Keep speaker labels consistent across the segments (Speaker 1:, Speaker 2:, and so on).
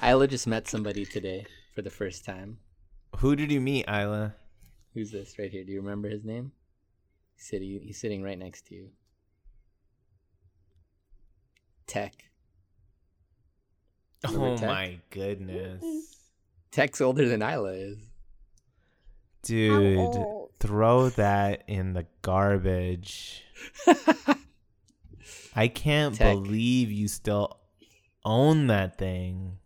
Speaker 1: Isla just met somebody today for the first time.
Speaker 2: Who did you meet, Isla?
Speaker 1: Who's this right here? Do you remember his name? He's sitting, he's sitting right next to you. Tech. Remember
Speaker 2: Oh
Speaker 1: Tech?
Speaker 2: my goodness.
Speaker 1: Tech's older than Isla is.
Speaker 3: How
Speaker 2: Dude,
Speaker 3: old?
Speaker 2: throw that in the garbage. I can't
Speaker 1: Tech.
Speaker 2: believe you still own that thing.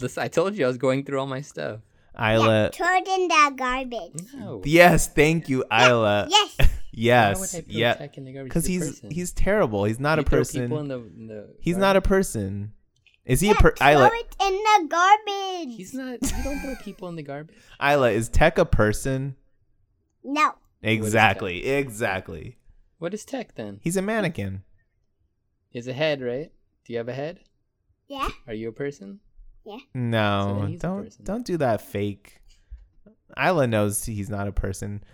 Speaker 1: Listen, I told you I was going through all my stuff.
Speaker 2: Isla.
Speaker 3: Yeah, throw it in the garbage.
Speaker 1: No.
Speaker 2: Yes, thank you, Isla.
Speaker 3: Yes.
Speaker 2: Yes. Yeah.
Speaker 1: Tech in the garbage?
Speaker 2: Cuz
Speaker 1: a
Speaker 2: he's
Speaker 1: person.
Speaker 2: he's terrible. He's not
Speaker 1: You
Speaker 2: a
Speaker 1: throw people in
Speaker 2: person.
Speaker 1: the- in the
Speaker 2: He's
Speaker 1: garbage?
Speaker 2: not a person. Is he
Speaker 3: yeah,
Speaker 2: a per-
Speaker 3: throw
Speaker 2: Isla?
Speaker 3: it in the garbage.
Speaker 1: He's not. You don't throw people in the garbage.
Speaker 2: Isla is Tech a person?
Speaker 1: is
Speaker 3: No.
Speaker 1: Tech?
Speaker 2: Exactly. Exactly.
Speaker 1: What is tech then?
Speaker 2: He's a mannequin.
Speaker 1: Is a head right? Do you have a head?
Speaker 3: Yeah.
Speaker 1: Are you a person? So
Speaker 2: No,
Speaker 1: he's a
Speaker 2: don't
Speaker 1: person.
Speaker 2: don't do that fake. Isla knows he's not a person.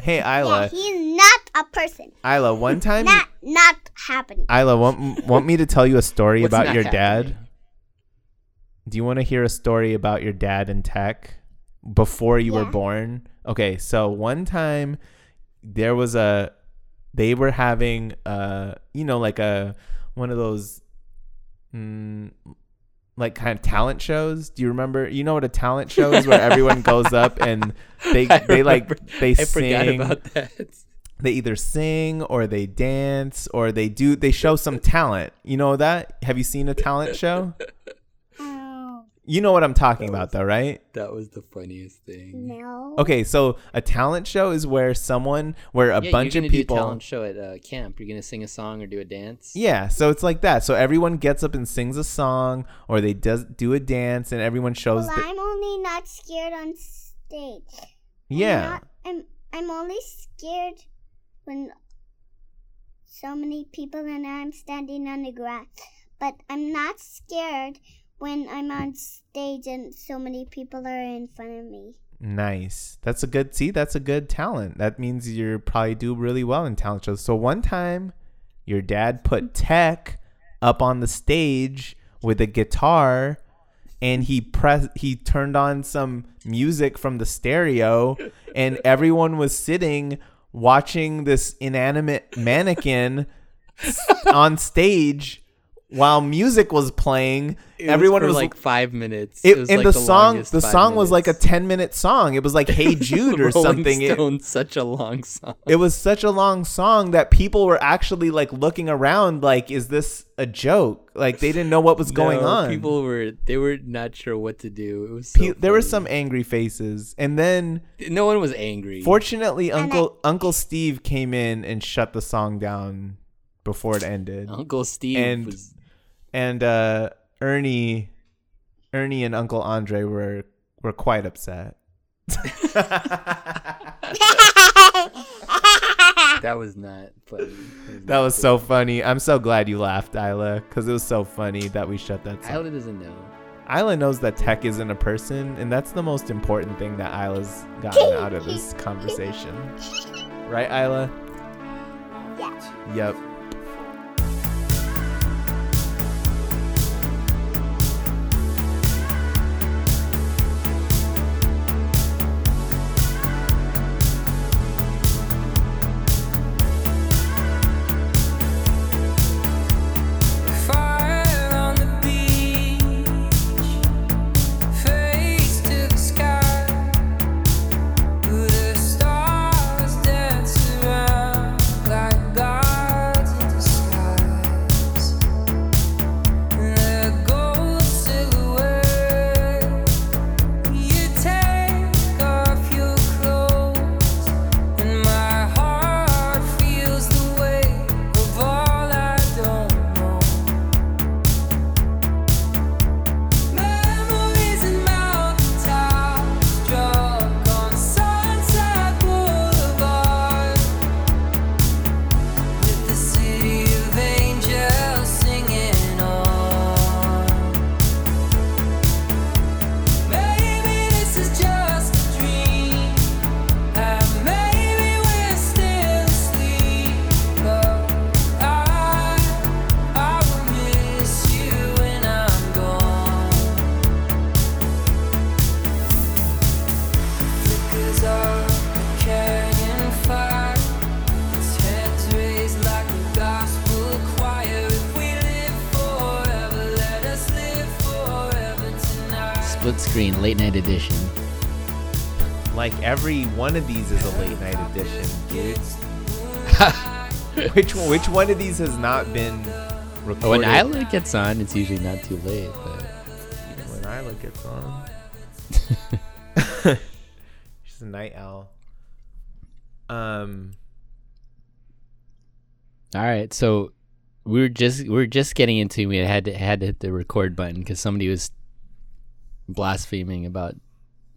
Speaker 2: Hey
Speaker 3: Yeah,
Speaker 2: Isla,
Speaker 3: he's not a person.
Speaker 2: Isla, one time,
Speaker 3: not not happening.
Speaker 2: Isla, want want me to tell you a story
Speaker 1: What's
Speaker 2: about
Speaker 1: not
Speaker 2: your dad?
Speaker 1: happening?
Speaker 2: Do you want to hear a story about your dad and tech before you were
Speaker 3: Yeah.
Speaker 2: born? Okay, so one time there was a they were having uh you know like a one of those mm, like kind of talent shows. Do you remember? You know what a talent show is where everyone goes up and they
Speaker 1: I
Speaker 2: they like
Speaker 1: remember.
Speaker 2: they
Speaker 1: I forgot
Speaker 2: sing
Speaker 1: about that.
Speaker 2: they either sing or they dance or they do they show some talent. You know that? Have you seen a talent show?
Speaker 3: Oh
Speaker 2: You know what I'm talking
Speaker 1: That
Speaker 2: about
Speaker 1: was-
Speaker 2: though, right?
Speaker 1: That was the funniest thing.
Speaker 3: no.
Speaker 2: Okay, so a talent show is where someone where a
Speaker 1: yeah,
Speaker 2: bunch
Speaker 1: you're
Speaker 2: of
Speaker 1: gonna
Speaker 2: people
Speaker 1: Do a talent show at uh, camp. You're gonna sing a song or do a dance.
Speaker 2: Yeah, so it's like that. So everyone gets up and sings a song or they does do a dance and everyone shows
Speaker 3: Well,
Speaker 2: the,
Speaker 3: I'm only not scared on stage. I'm
Speaker 2: Yeah.
Speaker 3: not- I'm I'm only scared when so many people and I'm standing on the grass. But I'm not scared when I'm on stage and so many people are in front of me.
Speaker 2: Nice. That's a good see, that's a good talent. That means you're probably do really well in talent shows. So one time your dad put tech up on the stage with a guitar and he pressed he turned on some music from the stereo and everyone was sitting watching this inanimate mannequon s- on stage while music was playing
Speaker 1: It
Speaker 2: everyone
Speaker 1: was,
Speaker 2: was,
Speaker 1: for like five minutes.
Speaker 2: it,
Speaker 1: was
Speaker 2: and
Speaker 1: like
Speaker 2: the, song
Speaker 1: longest
Speaker 2: the
Speaker 1: five
Speaker 2: song was like a
Speaker 1: minutes.
Speaker 2: 10 minute song it was like hey jude or
Speaker 1: Rolling
Speaker 2: something it,
Speaker 1: Stone, such a long song.
Speaker 2: it was such a long song that people were actually like looking around like is this a joke like they didn't know what was going
Speaker 1: No,
Speaker 2: on
Speaker 1: People were they were not sure what to do. It was so
Speaker 2: Pe- there were
Speaker 1: funny.
Speaker 2: some angry faces and then
Speaker 1: No one was angry.
Speaker 2: fortunately
Speaker 3: And
Speaker 2: uncle uncle steve came in and shut the song down before it ended
Speaker 1: Uncle Steve
Speaker 2: And-
Speaker 1: was
Speaker 2: and uh ernie ernie and uncle andre were were quite upset
Speaker 1: that was not funny. That was
Speaker 2: That was so funny. I'm so glad you laughed, Isla, because it was so funny that we shut that song.
Speaker 1: Isla doesn't know.
Speaker 2: Isla knows that tech isn't a person, and that's the most important thing that Isla's gotten out of this conversation. Right, Isla? Yeah. Yep.
Speaker 4: Fire on the beach, face to the sky. the stars dance around like God
Speaker 1: Split screen, late night edition.
Speaker 2: Like every one of these is a late night edition, dude. which which one of these has not been recorded?
Speaker 1: Oh, when Isla gets on, it's usually not too late. But
Speaker 2: When Isla gets on. She's a night owl. Um,
Speaker 1: all right, so we were just we were just getting into we had to had to hit the record button because somebody was blaspheming about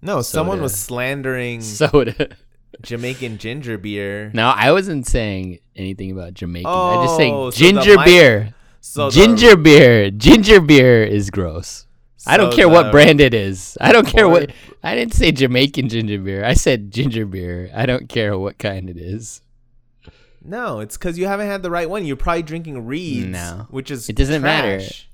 Speaker 2: no, someone
Speaker 1: Soda.
Speaker 2: was
Speaker 1: Hmm.
Speaker 2: slandering
Speaker 1: soda.
Speaker 2: Jamaican ginger beer.
Speaker 1: No, I wasn't saying anything about Jamaican. I just
Speaker 2: Oh,
Speaker 1: saying
Speaker 2: so the
Speaker 1: ginger
Speaker 2: mic-
Speaker 1: beer.
Speaker 2: So the-
Speaker 1: ginger beer. Ginger beer is gross. I don't
Speaker 2: so
Speaker 1: care
Speaker 2: the-
Speaker 1: what brand it is. I don't care what.
Speaker 2: Port-
Speaker 1: I didn't say Jamaican ginger beer. I said ginger beer. I don't care what kind it is.
Speaker 2: No, it's because you haven't had the right one. You're probably drinking Reeds,
Speaker 1: No.
Speaker 2: which is
Speaker 1: It doesn't matter.
Speaker 2: trash.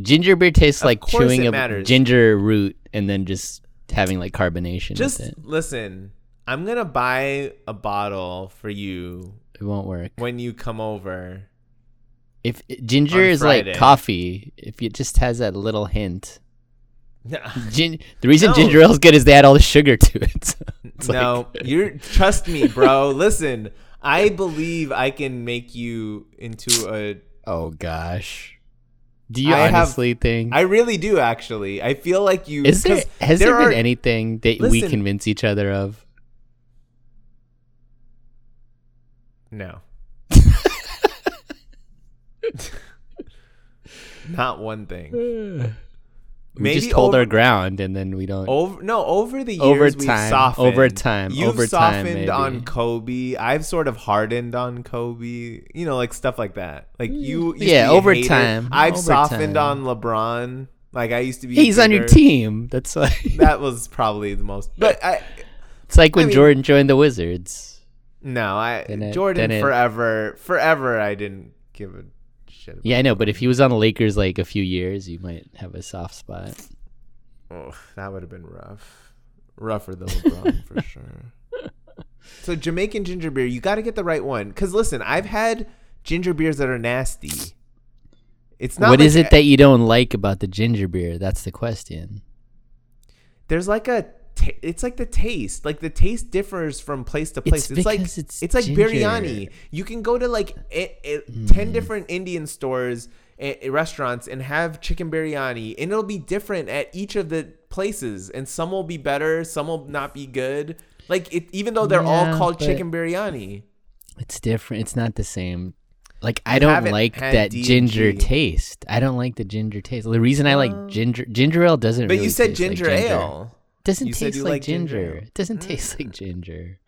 Speaker 1: Ginger beer tastes
Speaker 2: Of
Speaker 1: like
Speaker 2: course
Speaker 1: chewing
Speaker 2: it
Speaker 1: a
Speaker 2: matters.
Speaker 1: ginger root and then just having like carbonation
Speaker 2: Just
Speaker 1: with it.
Speaker 2: listen. I'm gonna buy a bottle for you
Speaker 1: It won't work.
Speaker 2: when you come over.
Speaker 1: If ginger
Speaker 2: On
Speaker 1: is like
Speaker 2: Friday.
Speaker 1: coffee, if it just has that little hint.
Speaker 2: no,
Speaker 1: Gin- the reason
Speaker 2: No.
Speaker 1: ginger ale is good is they add all the sugar to it. So it's like-
Speaker 2: you're trust me, bro. listen, I believe I can make you into a.
Speaker 1: Oh gosh. Do you
Speaker 2: I have-
Speaker 1: honestly think?
Speaker 2: I really do, actually. I feel like you.
Speaker 1: is there
Speaker 2: 'cause
Speaker 1: has there,
Speaker 2: are-
Speaker 1: been anything that we
Speaker 2: Listen.
Speaker 1: convince each other of?
Speaker 2: No. Not one thing.
Speaker 1: we
Speaker 2: Maybe
Speaker 1: just hold
Speaker 2: over-
Speaker 1: our ground and then we don't.
Speaker 2: Over no over the years
Speaker 1: Over
Speaker 2: we've
Speaker 1: time,
Speaker 2: softened.
Speaker 1: over time,
Speaker 2: You've
Speaker 1: over time,
Speaker 2: softened
Speaker 1: maybe.
Speaker 2: on Kobe. I've sort of hardened on Kobe. You know, like stuff like that. Like you, used to
Speaker 1: Mm. Yeah,
Speaker 2: be a
Speaker 1: over
Speaker 2: hater.
Speaker 1: time,
Speaker 2: I've
Speaker 1: over
Speaker 2: softened
Speaker 1: time.
Speaker 2: on LeBron. Like I used to be. a
Speaker 1: He's on your
Speaker 2: hater.
Speaker 1: team. That's why.
Speaker 2: That was probably the most. But I
Speaker 1: it's like when
Speaker 2: mean-
Speaker 1: Jordan joined the Wizards.
Speaker 2: no, I
Speaker 1: Then it-
Speaker 2: Jordan
Speaker 1: then it-
Speaker 2: forever, forever. I didn't give a shit. About
Speaker 1: Yeah, I know, but if he was on the Lakers like a few years, you might have a soft spot.
Speaker 2: Oh, that would have been rough. Rougher than LeBron for sure. So Jamaican ginger beer, you got to get the right one. Cause listen, I've had ginger beers that are nasty. It's not.
Speaker 1: What
Speaker 2: like
Speaker 1: is
Speaker 2: a-
Speaker 1: it that you don't like about the ginger beer? That's the question.
Speaker 2: there's like a? ta it's like the taste. Like the taste differs from place to place. It's, like
Speaker 1: because
Speaker 2: it's,
Speaker 1: it's
Speaker 2: like
Speaker 1: ginger. Hmm.
Speaker 2: biryani. You can go to like i i ten different Indian stores, and restaurants, and have chicken biryani, and it'll be different at each of the places, and some will be better, some will not be good. Like it, even though they're all
Speaker 1: Yeah,
Speaker 2: called
Speaker 1: but-
Speaker 2: chicken biryani.
Speaker 1: It's different. It's not the same. Like I
Speaker 2: haven't
Speaker 1: don't like
Speaker 2: had
Speaker 1: that
Speaker 2: D&G.
Speaker 1: ginger taste. I don't like the ginger taste. The reason I like ginger ginger ale doesn't.
Speaker 2: Um, But
Speaker 1: really
Speaker 2: you said
Speaker 1: taste like
Speaker 2: ginger ale.
Speaker 1: Doesn't
Speaker 2: You said
Speaker 1: taste
Speaker 2: you
Speaker 1: like,
Speaker 2: like ginger
Speaker 1: ginger.
Speaker 2: ale. Mm.
Speaker 1: It doesn't taste like ginger.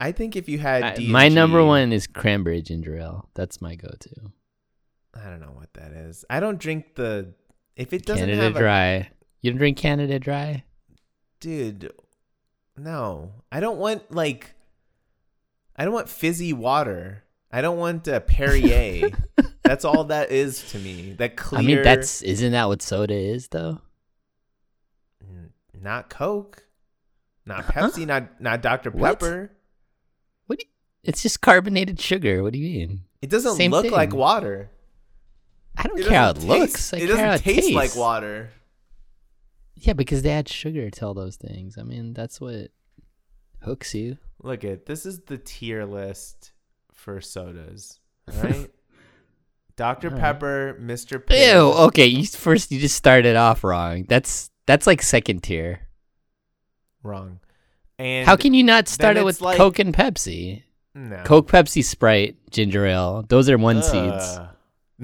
Speaker 2: I think if you had
Speaker 1: I-
Speaker 2: D&G,
Speaker 1: my number one is cranberry ginger ale. That's my go-to.
Speaker 2: I don't know what that is. I don't drink the. If it doesn't
Speaker 1: Canada
Speaker 2: have a
Speaker 1: Dry. you don't drink Canada Dry?
Speaker 2: dude no i don't want like i don't want fizzy water i don't want uh, perrier that's all that is to me that clear
Speaker 1: I mean, that's isn't that what soda is though?
Speaker 2: N- not coke not pepsi not not dr
Speaker 1: What?
Speaker 2: pepper
Speaker 1: What? do you- it's just carbonated sugar. What do you mean?
Speaker 2: it doesn't
Speaker 1: Same
Speaker 2: look like
Speaker 1: thing.
Speaker 2: water
Speaker 1: I don't
Speaker 2: it
Speaker 1: care how it
Speaker 2: doesn't
Speaker 1: looks.
Speaker 2: taste-
Speaker 1: I
Speaker 2: it
Speaker 1: care
Speaker 2: doesn't
Speaker 1: how
Speaker 2: taste like
Speaker 1: tastes.
Speaker 2: water
Speaker 1: Yeah, because they add sugar to all those things. I mean, that's what hooks you.
Speaker 2: look at this is the tier list for sodas all right dr
Speaker 1: Alright.
Speaker 2: pepper mr
Speaker 1: Ew. oh.
Speaker 2: Pibb.
Speaker 1: Okay, you, first you just started off wrong. That's that's like second tier.
Speaker 2: wrong and
Speaker 1: How can you not start
Speaker 2: then
Speaker 1: it
Speaker 2: it's
Speaker 1: with
Speaker 2: like-
Speaker 1: Coke and Pepsi?
Speaker 2: no.
Speaker 1: Coke, Pepsi, Sprite, ginger ale. Those are one seeds.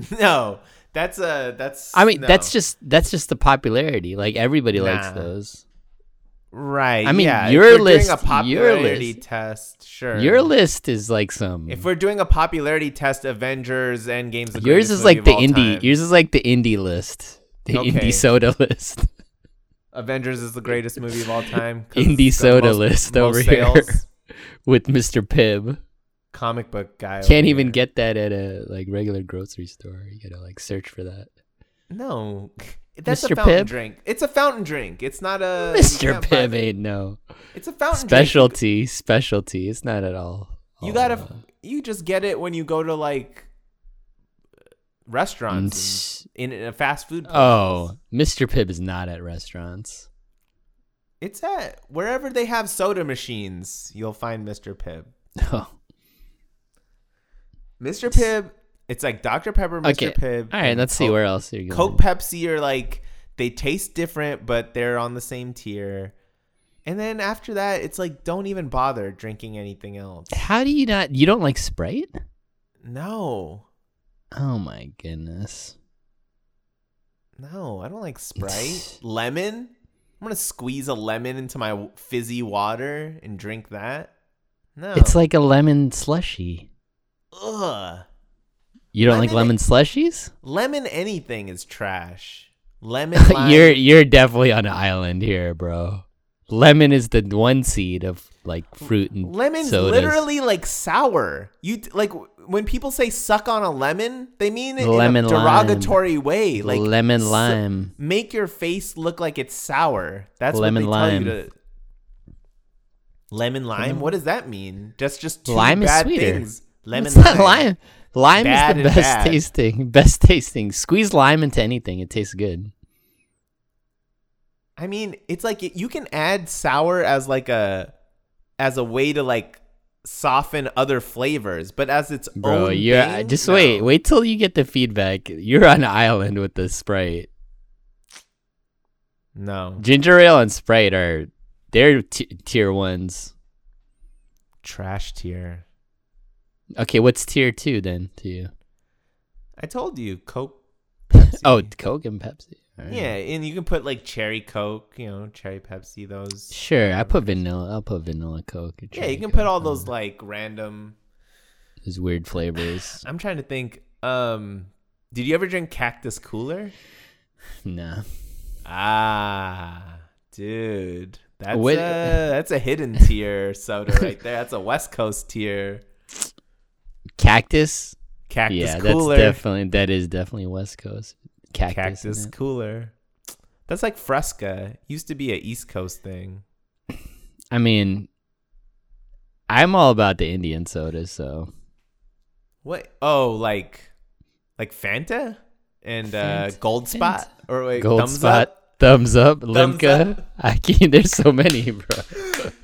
Speaker 2: seeds. No, that's a that's.
Speaker 1: I mean,
Speaker 2: no.
Speaker 1: that's just that's just the popularity. Like everybody likes
Speaker 2: Nah.
Speaker 1: those.
Speaker 2: right.
Speaker 1: I mean,
Speaker 2: yeah. If
Speaker 1: your
Speaker 2: we're
Speaker 1: list-
Speaker 2: doing a
Speaker 1: your
Speaker 2: popularity
Speaker 1: list.
Speaker 2: test. Sure,
Speaker 1: Your list is like some.
Speaker 2: If we're doing a popularity test, Avengers End Games. The
Speaker 1: yours
Speaker 2: greatest
Speaker 1: is
Speaker 2: movie
Speaker 1: like
Speaker 2: of
Speaker 1: the
Speaker 2: all
Speaker 1: indie.
Speaker 2: time.
Speaker 1: Yours is like the indie list. The
Speaker 2: Okay.
Speaker 1: indie soda list.
Speaker 2: Avengers is the greatest movie of all time. 'cause
Speaker 1: Indie
Speaker 2: it's got the
Speaker 1: soda
Speaker 2: most-
Speaker 1: list
Speaker 2: most
Speaker 1: over here.
Speaker 2: sales.
Speaker 1: with Mr. Pibb.
Speaker 2: Comic book guy.
Speaker 1: Can't
Speaker 2: over
Speaker 1: even
Speaker 2: here.
Speaker 1: get that at a like regular grocery store. You gotta like search for that.
Speaker 2: No, that's a
Speaker 1: Mr.
Speaker 2: fountain
Speaker 1: Pibb?
Speaker 2: drink. It's a fountain drink. It's not a you
Speaker 1: Mr.
Speaker 2: can't buy-
Speaker 1: Pibb ain't no
Speaker 2: It's a fountain drink.
Speaker 1: specialty. Specialty. It's not at all.
Speaker 2: You
Speaker 1: all,
Speaker 2: gotta,
Speaker 1: uh,
Speaker 2: you just get it when you go to like restaurants
Speaker 1: Mm,
Speaker 2: in, in a fast food. place.
Speaker 1: Oh, Mr. Pibb is not at restaurants.
Speaker 2: it's at wherever they have soda machines. You'll find Mr. Pibb.
Speaker 1: Oh,
Speaker 2: Mr. Pibb. It's like Dr. Pepper, Mr.
Speaker 1: okay.
Speaker 2: Pibb.
Speaker 1: All right,
Speaker 2: and
Speaker 1: let's see
Speaker 2: Coke.
Speaker 1: where else you're going.
Speaker 2: Coke, Pepsi are like they taste different, but they're on the same tier. And then after that, it's like don't even bother drinking anything else.
Speaker 1: How do you not? You don't like Sprite?
Speaker 2: No,
Speaker 1: Oh my goodness.
Speaker 2: no, I don't like Sprite. lemon. I'm gonna squeeze a lemon into my w- fizzy water and drink that. No,
Speaker 1: It's like a lemon slushy.
Speaker 2: ugh.
Speaker 1: You don't like lemon
Speaker 2: Lemon-
Speaker 1: slushies?
Speaker 2: Lemon anything is trash. Lemon. lime-
Speaker 1: you're you're definitely on an island here, bro. Lemon is the one seed of like fruit and
Speaker 2: Lemon's
Speaker 1: sodas.
Speaker 2: literally like sour. You t- like w- when people say suck on a lemon, they mean it
Speaker 1: Lemon
Speaker 2: in a
Speaker 1: lime.
Speaker 2: derogatory way. Like
Speaker 1: lemon
Speaker 2: su-
Speaker 1: lime.
Speaker 2: make your face look like it's sour. That's
Speaker 1: Lemon
Speaker 2: what they
Speaker 1: lime.
Speaker 2: tell you to. Lemon lime. What does that mean? That's just two
Speaker 1: Lime is
Speaker 2: bad
Speaker 1: sweeter.
Speaker 2: things. Lemon
Speaker 1: What's that lime? Lime
Speaker 2: Bad
Speaker 1: is the
Speaker 2: and
Speaker 1: best
Speaker 2: bad.
Speaker 1: tasting. Best tasting. Squeeze lime into anything; it tastes good.
Speaker 2: I mean, it's like you can add sour as like a as a way to like soften other flavors, but as its
Speaker 1: Bro,
Speaker 2: own.
Speaker 1: you're
Speaker 2: thing?
Speaker 1: just
Speaker 2: Oh, No.
Speaker 1: wait. Wait till you get the feedback. You're on an island with the Sprite.
Speaker 2: No
Speaker 1: Ginger ale and Sprite are they're t- tier ones.
Speaker 2: trash tier.
Speaker 1: Okay, what's tier two then to you?
Speaker 2: I told you, Coke. Pepsi.
Speaker 1: Oh, Coke and Pepsi. All right.
Speaker 2: yeah, and you can put like cherry Coke, you know, cherry Pepsi. Those.
Speaker 1: Sure, I put vanilla. I'll put vanilla Coke. or
Speaker 2: Yeah, you
Speaker 1: cherry
Speaker 2: can put
Speaker 1: Coke
Speaker 2: all
Speaker 1: on
Speaker 2: those
Speaker 1: there.
Speaker 2: like random.
Speaker 1: those weird flavors.
Speaker 2: I'm trying to think. Um, did you ever drink Cactus Cooler?
Speaker 1: nah.
Speaker 2: Ah, dude, that's
Speaker 1: What-
Speaker 2: a, that's a hidden tier soda right there. That's a West Coast tier.
Speaker 1: Cactus.
Speaker 2: Cactus
Speaker 1: yeah,
Speaker 2: Cooler.
Speaker 1: that's definitely that is definitely West Coast. Cactus.
Speaker 2: Cactus
Speaker 1: yeah.
Speaker 2: Cooler. That's like Fresca. Used to be a East Coast thing.
Speaker 1: I mean, I'm all about the Indian sodas, so
Speaker 2: What? Oh, like, like Fanta and uh,
Speaker 1: Fanta-
Speaker 2: Gold Spot
Speaker 1: Fanta.
Speaker 2: or wait,
Speaker 1: Gold
Speaker 2: Thumbs
Speaker 1: Spot,
Speaker 2: Up.
Speaker 1: thumbs up,
Speaker 2: Thumbs
Speaker 1: Limca.
Speaker 2: up.
Speaker 1: I can There's so many, bro.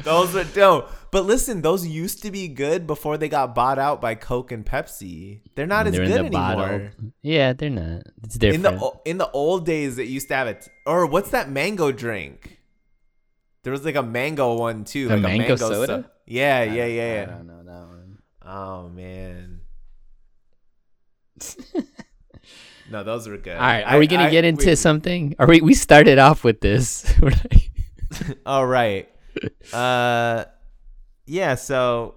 Speaker 2: Those are no. But listen, those used to be good before they got bought out by Coke and Pepsi. They're not as
Speaker 1: They're
Speaker 2: good
Speaker 1: in the bottle.
Speaker 2: anymore.
Speaker 1: Yeah, they're not. It's
Speaker 2: In
Speaker 1: different.
Speaker 2: the o- in the old days, it used to have it. Or what's that mango drink? There was like a mango one too,
Speaker 1: A
Speaker 2: like
Speaker 1: mango
Speaker 2: so-
Speaker 1: soda?
Speaker 2: yeah, yeah, yeah,
Speaker 1: I
Speaker 2: yeah.
Speaker 1: don't know that one.
Speaker 2: Oh man. no, those were good.
Speaker 1: All right, are we gonna get into
Speaker 2: some?
Speaker 1: something? Are we? We started off with this. We're like-
Speaker 2: All right. Uh yeah, so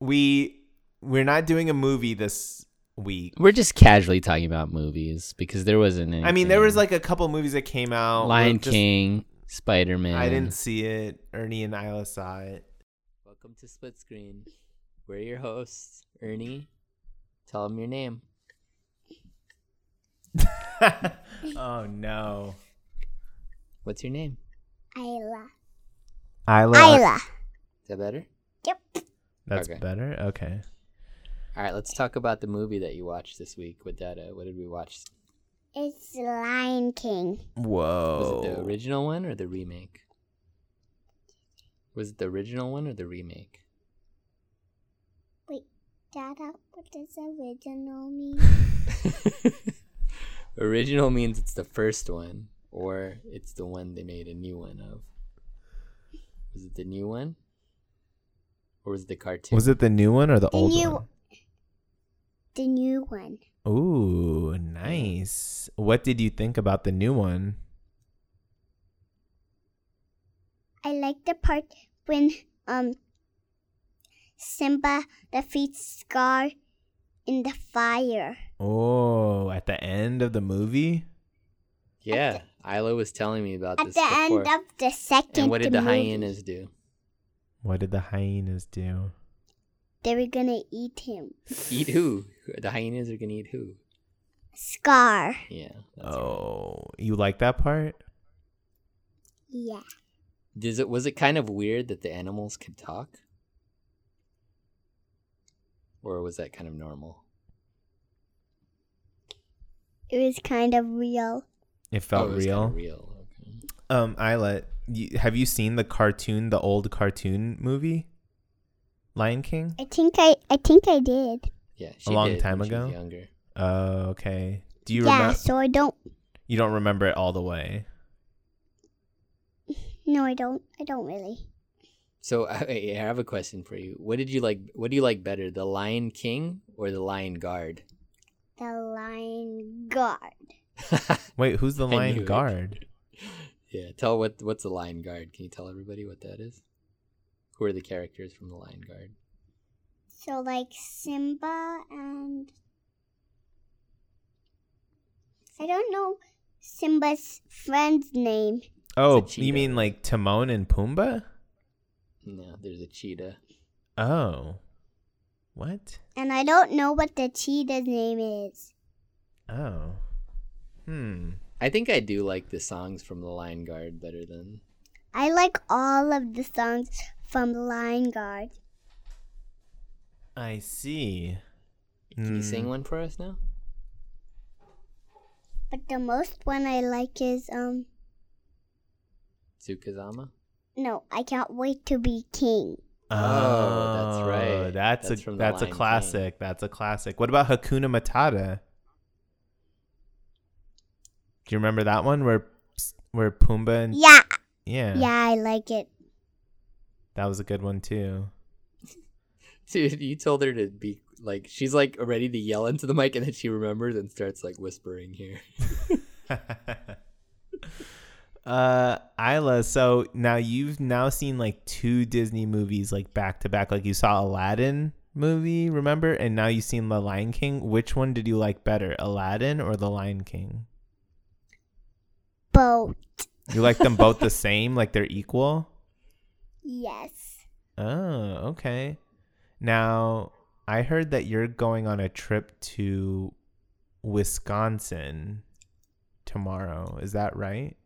Speaker 2: we we're not doing a movie this week.
Speaker 1: We're just casually talking about movies because there wasn't. Anything.
Speaker 2: I mean, there was like a couple movies that came out.
Speaker 1: Lion
Speaker 2: We'll just-
Speaker 1: King, Spider Man.
Speaker 2: I didn't see it. Ernie and Isla saw it.
Speaker 1: Welcome to Split Screen. We're your hosts, Ernie. Tell them your name.
Speaker 2: oh no.
Speaker 1: What's your name?
Speaker 3: Isla.
Speaker 2: Isla.
Speaker 3: Isla.
Speaker 1: Is that better?
Speaker 3: Yep.
Speaker 2: That's
Speaker 1: Okay.
Speaker 2: better. Okay.
Speaker 1: All right, let's talk about the movie that you watched this week. What that? Uh, what did we watch?
Speaker 3: It's Lion King.
Speaker 2: Whoa.
Speaker 1: Was
Speaker 2: Oh.
Speaker 1: it the original one or the remake? Was it the original one or the remake?
Speaker 3: Dada, what does original mean?
Speaker 1: original means it's the first one, or it's the one they made a new one of. Was it the new one, or was it the cartoon?
Speaker 2: Was it the new one or the,
Speaker 3: The
Speaker 2: old
Speaker 3: new-
Speaker 2: one?
Speaker 3: The new one.
Speaker 2: Ooh, nice. What did you think about the new one?
Speaker 3: I like the part when um Simba defeats Scar in the fire.
Speaker 2: Oh, at the end of the movie?
Speaker 1: Yeah, Isla was telling me about
Speaker 3: At
Speaker 1: this
Speaker 3: the
Speaker 1: before.
Speaker 3: end of the second
Speaker 1: and what did the
Speaker 3: movie,
Speaker 1: hyenas do?
Speaker 2: What did the hyenas do?
Speaker 3: They were gonna eat him.
Speaker 1: Eat who? The hyenas are gonna eat who?
Speaker 3: Scar.
Speaker 1: Yeah. that's right.
Speaker 2: Oh, you like that part?
Speaker 3: Yeah.
Speaker 1: Does it was it kind of weird that the animals could talk? Or was that kind of normal?
Speaker 3: It was kind of real.
Speaker 2: It
Speaker 1: Oh,
Speaker 2: felt
Speaker 1: it was kinda
Speaker 2: real.
Speaker 1: Real. Okay.
Speaker 2: Um, Isla, you, have you seen the cartoon, the old cartoon movie, Lion King?
Speaker 3: I think I I think I did.
Speaker 1: Yeah. She
Speaker 2: long
Speaker 1: did
Speaker 2: time
Speaker 1: when she was
Speaker 2: ago?
Speaker 1: younger.
Speaker 2: Oh, okay. Do you
Speaker 3: yeah,
Speaker 2: remember?
Speaker 3: so I don't
Speaker 2: You don't remember it all the way.
Speaker 3: no I don't I don't really.
Speaker 1: So I, I have a question for you. What did you like? What do you like better, the Lion King or the Lion Guard?
Speaker 3: The Lion Guard.
Speaker 2: Wait, who's the
Speaker 1: I
Speaker 2: Lion
Speaker 1: knew it.
Speaker 2: Guard?
Speaker 1: Yeah. Tell what what's the Lion Guard? Can you tell everybody what that is? Who are the characters from the Lion Guard?
Speaker 3: So like Simba and I don't know Simba's friend's name.
Speaker 2: Oh,
Speaker 1: It's a
Speaker 2: you
Speaker 1: cheetah.
Speaker 2: mean like Timon and Pumbaa?
Speaker 1: No, there's a cheetah.
Speaker 2: Oh, what?
Speaker 3: And I don't know what the cheetah's name is.
Speaker 2: Oh, hmm.
Speaker 1: I think I do like the songs from the Lion Guard better than
Speaker 3: I like all of the songs from Lion Guard.
Speaker 2: I see.
Speaker 1: Can you
Speaker 2: Hmm.
Speaker 1: sing one for us now?
Speaker 3: But the most one I like is um
Speaker 1: Tsukazama?
Speaker 3: no, I can't wait to be king.
Speaker 1: Oh, that's right.
Speaker 2: Oh, That's,
Speaker 1: That's
Speaker 2: a
Speaker 1: from the
Speaker 2: that's a
Speaker 1: Lion King.
Speaker 2: classic. That's a classic. What about Hakuna Matata? Do you remember that one where where Pumbaa and
Speaker 3: Yeah,
Speaker 2: yeah,
Speaker 3: yeah, I like it.
Speaker 2: that was a good one too.
Speaker 1: Dude, you told her to be like she's like ready to yell into the mic and then she remembers and starts like whispering here.
Speaker 2: uh Isla, so now you've now seen like two Disney movies like back to back. Like you saw Aladdin movie, remember? And now you've seen The Lion King. Which one did you like better, Aladdin or The Lion King?
Speaker 3: Boat.
Speaker 2: You like them both the same, like they're equal?
Speaker 3: Yes.
Speaker 2: Oh, okay. Now, I heard that you're going on a trip to Wisconsin tomorrow. Is that right?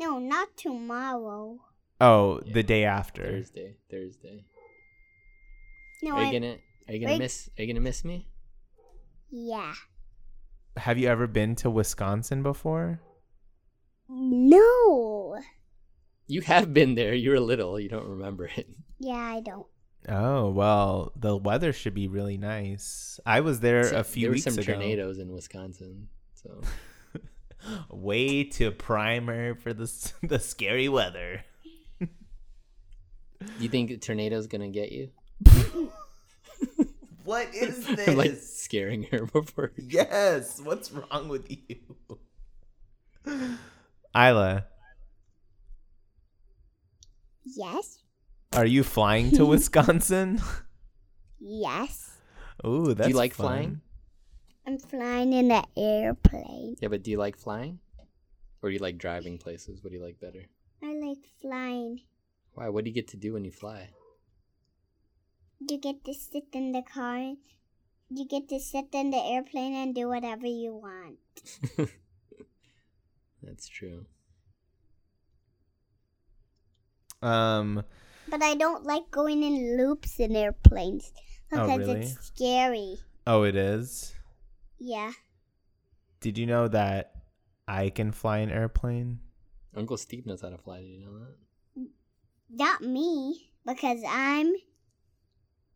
Speaker 3: No, not tomorrow.
Speaker 2: Oh,
Speaker 1: Yeah.
Speaker 2: the day after.
Speaker 1: Thursday, Thursday.
Speaker 3: No,
Speaker 1: Are
Speaker 3: I,
Speaker 1: you gonna are you gonna
Speaker 3: Wait.
Speaker 1: miss are you gonna miss me?
Speaker 3: yeah.
Speaker 2: Have you ever been to Wisconsin before?
Speaker 3: No.
Speaker 1: You have been there. You were little. You don't remember it.
Speaker 3: Yeah, I don't.
Speaker 2: Oh, well, the weather should be really nice. I was there
Speaker 1: So-
Speaker 2: a few
Speaker 1: there were
Speaker 2: weeks
Speaker 1: some
Speaker 2: ago.
Speaker 1: tornadoes in Wisconsin. So
Speaker 2: Way to primer for the s- the scary weather.
Speaker 1: you think a tornado's gonna get you?
Speaker 2: What is
Speaker 1: I'm like scaring her before.
Speaker 2: Yes. What's wrong with you? Isla,
Speaker 3: Yes.
Speaker 2: are you flying to Wisconsin?
Speaker 3: Yes.
Speaker 2: Ooh, that's
Speaker 1: like
Speaker 2: fun.
Speaker 1: flying?
Speaker 3: I'm flying in an airplane.
Speaker 1: Yeah, but do you like flying? Or do you like driving places? What do you like better?
Speaker 3: I like flying.
Speaker 1: Why? What do you get to do when you fly?
Speaker 3: You get to sit in the car. You get to sit in the airplane and do whatever you want.
Speaker 1: That's true.
Speaker 2: Um
Speaker 3: But I don't like going in loops in airplanes
Speaker 2: Oh,
Speaker 3: because
Speaker 2: really?
Speaker 3: it's scary.
Speaker 2: oh it is.
Speaker 3: Yeah.
Speaker 2: Did you know that I can fly an airplane?
Speaker 1: Uncle Steve knows how to fly. Did you know that?
Speaker 3: Not me because I'm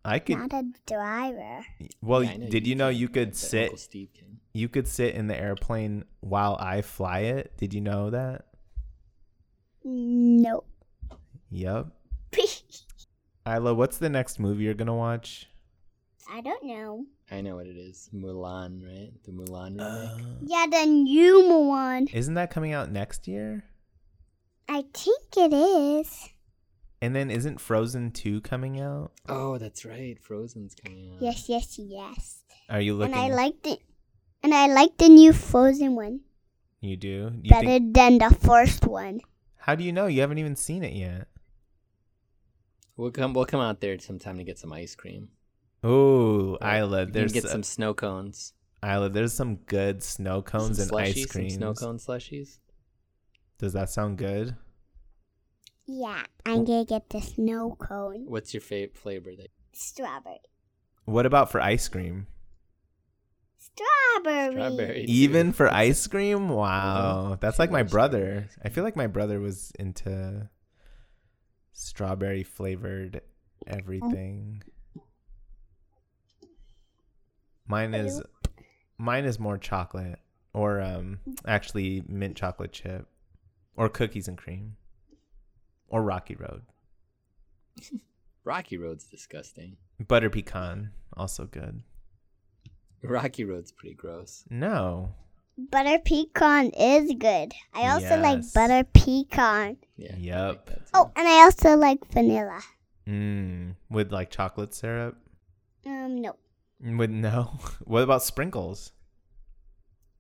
Speaker 2: I could
Speaker 3: not a driver.
Speaker 2: Well,
Speaker 1: Yeah, I know
Speaker 2: did you, know
Speaker 1: can,
Speaker 2: you could
Speaker 1: but
Speaker 2: sit
Speaker 1: Uncle Steve can.
Speaker 2: you could sit in the airplane while I fly it? Did you know that?
Speaker 3: No.
Speaker 2: Yep. Isla, what's the next movie you're going to watch?
Speaker 3: I don't know.
Speaker 1: I know what it is. Mulan, right? The Mulan
Speaker 2: Uh.
Speaker 1: remake.
Speaker 3: Yeah, the new one.
Speaker 2: Isn't that coming out next year?
Speaker 3: I think it is.
Speaker 2: And then isn't Frozen 2 coming out?
Speaker 1: oh, that's right. Frozen's coming out.
Speaker 3: Yes, yes, yes.
Speaker 2: Are you looking
Speaker 3: And I like the and I like the new Frozen one
Speaker 2: You do? You
Speaker 3: better
Speaker 2: think,
Speaker 3: than the first one.
Speaker 2: how do you know? You haven't even seen it yet.
Speaker 1: We'll come. We'll come out there sometime to get some ice cream.
Speaker 2: Oh,
Speaker 1: Or
Speaker 2: Isla,
Speaker 1: we can
Speaker 2: there's
Speaker 1: get
Speaker 2: some
Speaker 1: some snow cones,
Speaker 2: Isla, there's some good snow cones
Speaker 1: some
Speaker 2: and
Speaker 1: slushies,
Speaker 2: ice cream.
Speaker 1: some snow cone slushies.
Speaker 2: Does that sound good?
Speaker 3: Yeah, I'm gonna get the snow cone
Speaker 1: What's your favorite flavor? That
Speaker 3: strawberry
Speaker 2: What about for ice cream?
Speaker 3: Strawberry.
Speaker 1: Strawberry.
Speaker 2: Even for ice cream? Wow. That's
Speaker 1: She
Speaker 2: like my
Speaker 1: loves strawberry
Speaker 2: brother.
Speaker 1: ice
Speaker 2: I feel like my brother was into strawberry flavored everything. Mine is mine is more chocolate or um actually mint chocolate chip or cookies and cream or rocky road.
Speaker 1: Rocky Road's disgusting.
Speaker 2: Butter pecan also good.
Speaker 1: Rocky Road's pretty gross.
Speaker 2: No.
Speaker 3: Butter pecan is good. I also like
Speaker 2: Yes.
Speaker 3: butter pecan.
Speaker 1: Yeah. I
Speaker 2: Yup.
Speaker 1: that too.
Speaker 3: Oh, and I also like vanilla.
Speaker 2: Mm, with like chocolate syrup? Mm,
Speaker 3: Um, no.
Speaker 2: With no. What about sprinkles?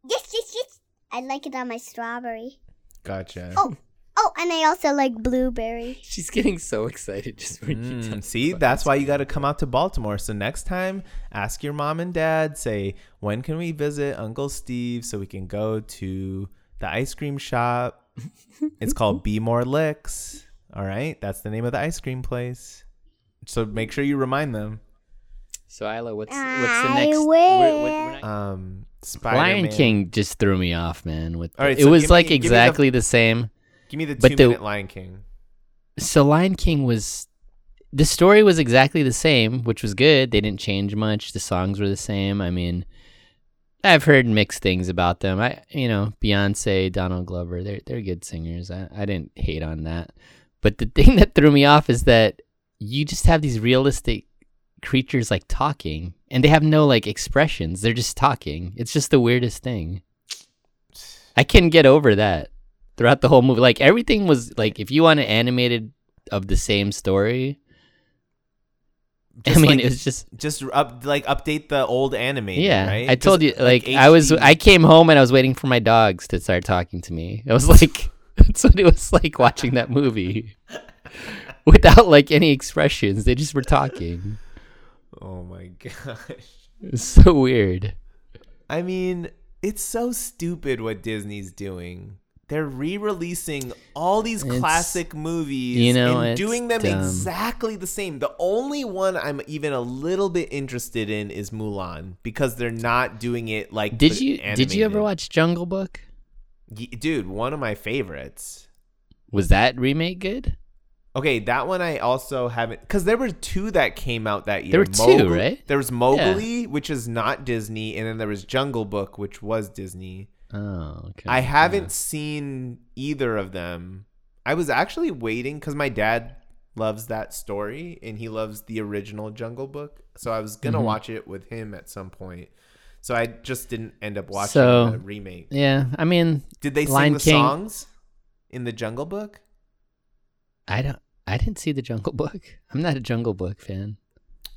Speaker 3: Yes, yes, yes. I like it on my strawberry.
Speaker 2: Gotcha.
Speaker 3: Oh, Oh, and I also like blueberry.
Speaker 1: She's getting so excited just when you
Speaker 2: Mm,
Speaker 1: talk
Speaker 2: see,
Speaker 1: about
Speaker 2: that's
Speaker 1: ice
Speaker 2: why
Speaker 1: cream.
Speaker 2: you got to come out to Baltimore. So next time, ask your mom and dad. Say, when can we visit Uncle Steve so we can go to the ice cream shop? it's called Be More Licks. All right, that's the name of the ice cream place. So make sure you remind them.
Speaker 1: So Isla, what's what's the
Speaker 3: I
Speaker 1: next?
Speaker 3: will.
Speaker 2: Um, Spider
Speaker 1: Lion King just threw me off, man. With
Speaker 2: All right,
Speaker 1: it
Speaker 2: so
Speaker 1: was
Speaker 2: give me-
Speaker 1: like
Speaker 2: give me the-
Speaker 1: exactly the same.
Speaker 2: Give me the
Speaker 1: but
Speaker 2: two
Speaker 1: the-
Speaker 2: minute Lion King.
Speaker 1: so Lion King was the story was exactly the same, which was good. They didn't change much. The songs were the same. I mean, I've heard mixed things about them. I you know Beyonce, Donald Glover, they're they're good singers. I, I didn't hate on that, but the thing that threw me off is that you just have these realistic creatures like talking, and they have no like expressions. They're just talking. It's just the weirdest thing. I couldn't get over that throughout the whole movie. Like everything was like if you want an animated of the same story.
Speaker 2: Just
Speaker 1: I mean,
Speaker 2: like-
Speaker 1: it's just
Speaker 2: Just up, like update the old anime.
Speaker 1: yeah.
Speaker 2: right?
Speaker 1: I told you,
Speaker 2: Just,
Speaker 1: like, I was,
Speaker 2: HD.
Speaker 1: I came home and I was waiting for my dogs to start talking to me. I was like, that's what it was like watching that movie, without like any expressions. They just were talking.
Speaker 2: Oh my gosh.
Speaker 1: It was so weird.
Speaker 2: I mean, it's so stupid what Disney's doing. They're re-releasing all these
Speaker 1: It's-
Speaker 2: classic movies
Speaker 1: you know,
Speaker 2: and
Speaker 1: it's
Speaker 2: doing them
Speaker 1: dumb.
Speaker 2: exactly the same. The only one I'm even a little bit interested in is Mulan because they're not doing it like
Speaker 1: Did
Speaker 2: the
Speaker 1: you did you ever
Speaker 2: animated.
Speaker 1: watch Jungle Book?
Speaker 2: Y- Dude, one of my favorites.
Speaker 1: Was that remake good?
Speaker 2: Okay, that one I also haven't because there were two that came out that year.
Speaker 1: There were two,
Speaker 2: Mowgli-
Speaker 1: right?
Speaker 2: There was Mowgli, which is not Disney, and then there was Jungle Book, which was Disney.
Speaker 1: Oh, okay.
Speaker 2: I haven't
Speaker 1: Yeah.
Speaker 2: seen either of them. I was actually waiting because my dad loves that story and he loves the original Jungle Book. So I was gonna
Speaker 1: Mhm.
Speaker 2: watch it with him at some point. So I just didn't end up watching
Speaker 1: So-
Speaker 2: the remake.
Speaker 1: Yeah, I mean,
Speaker 2: Did they
Speaker 1: Lion
Speaker 2: sing the
Speaker 1: King-
Speaker 2: songs in the Jungle Book?
Speaker 1: I don't. I didn't see the Jungle Book. I'm not a Jungle Book fan.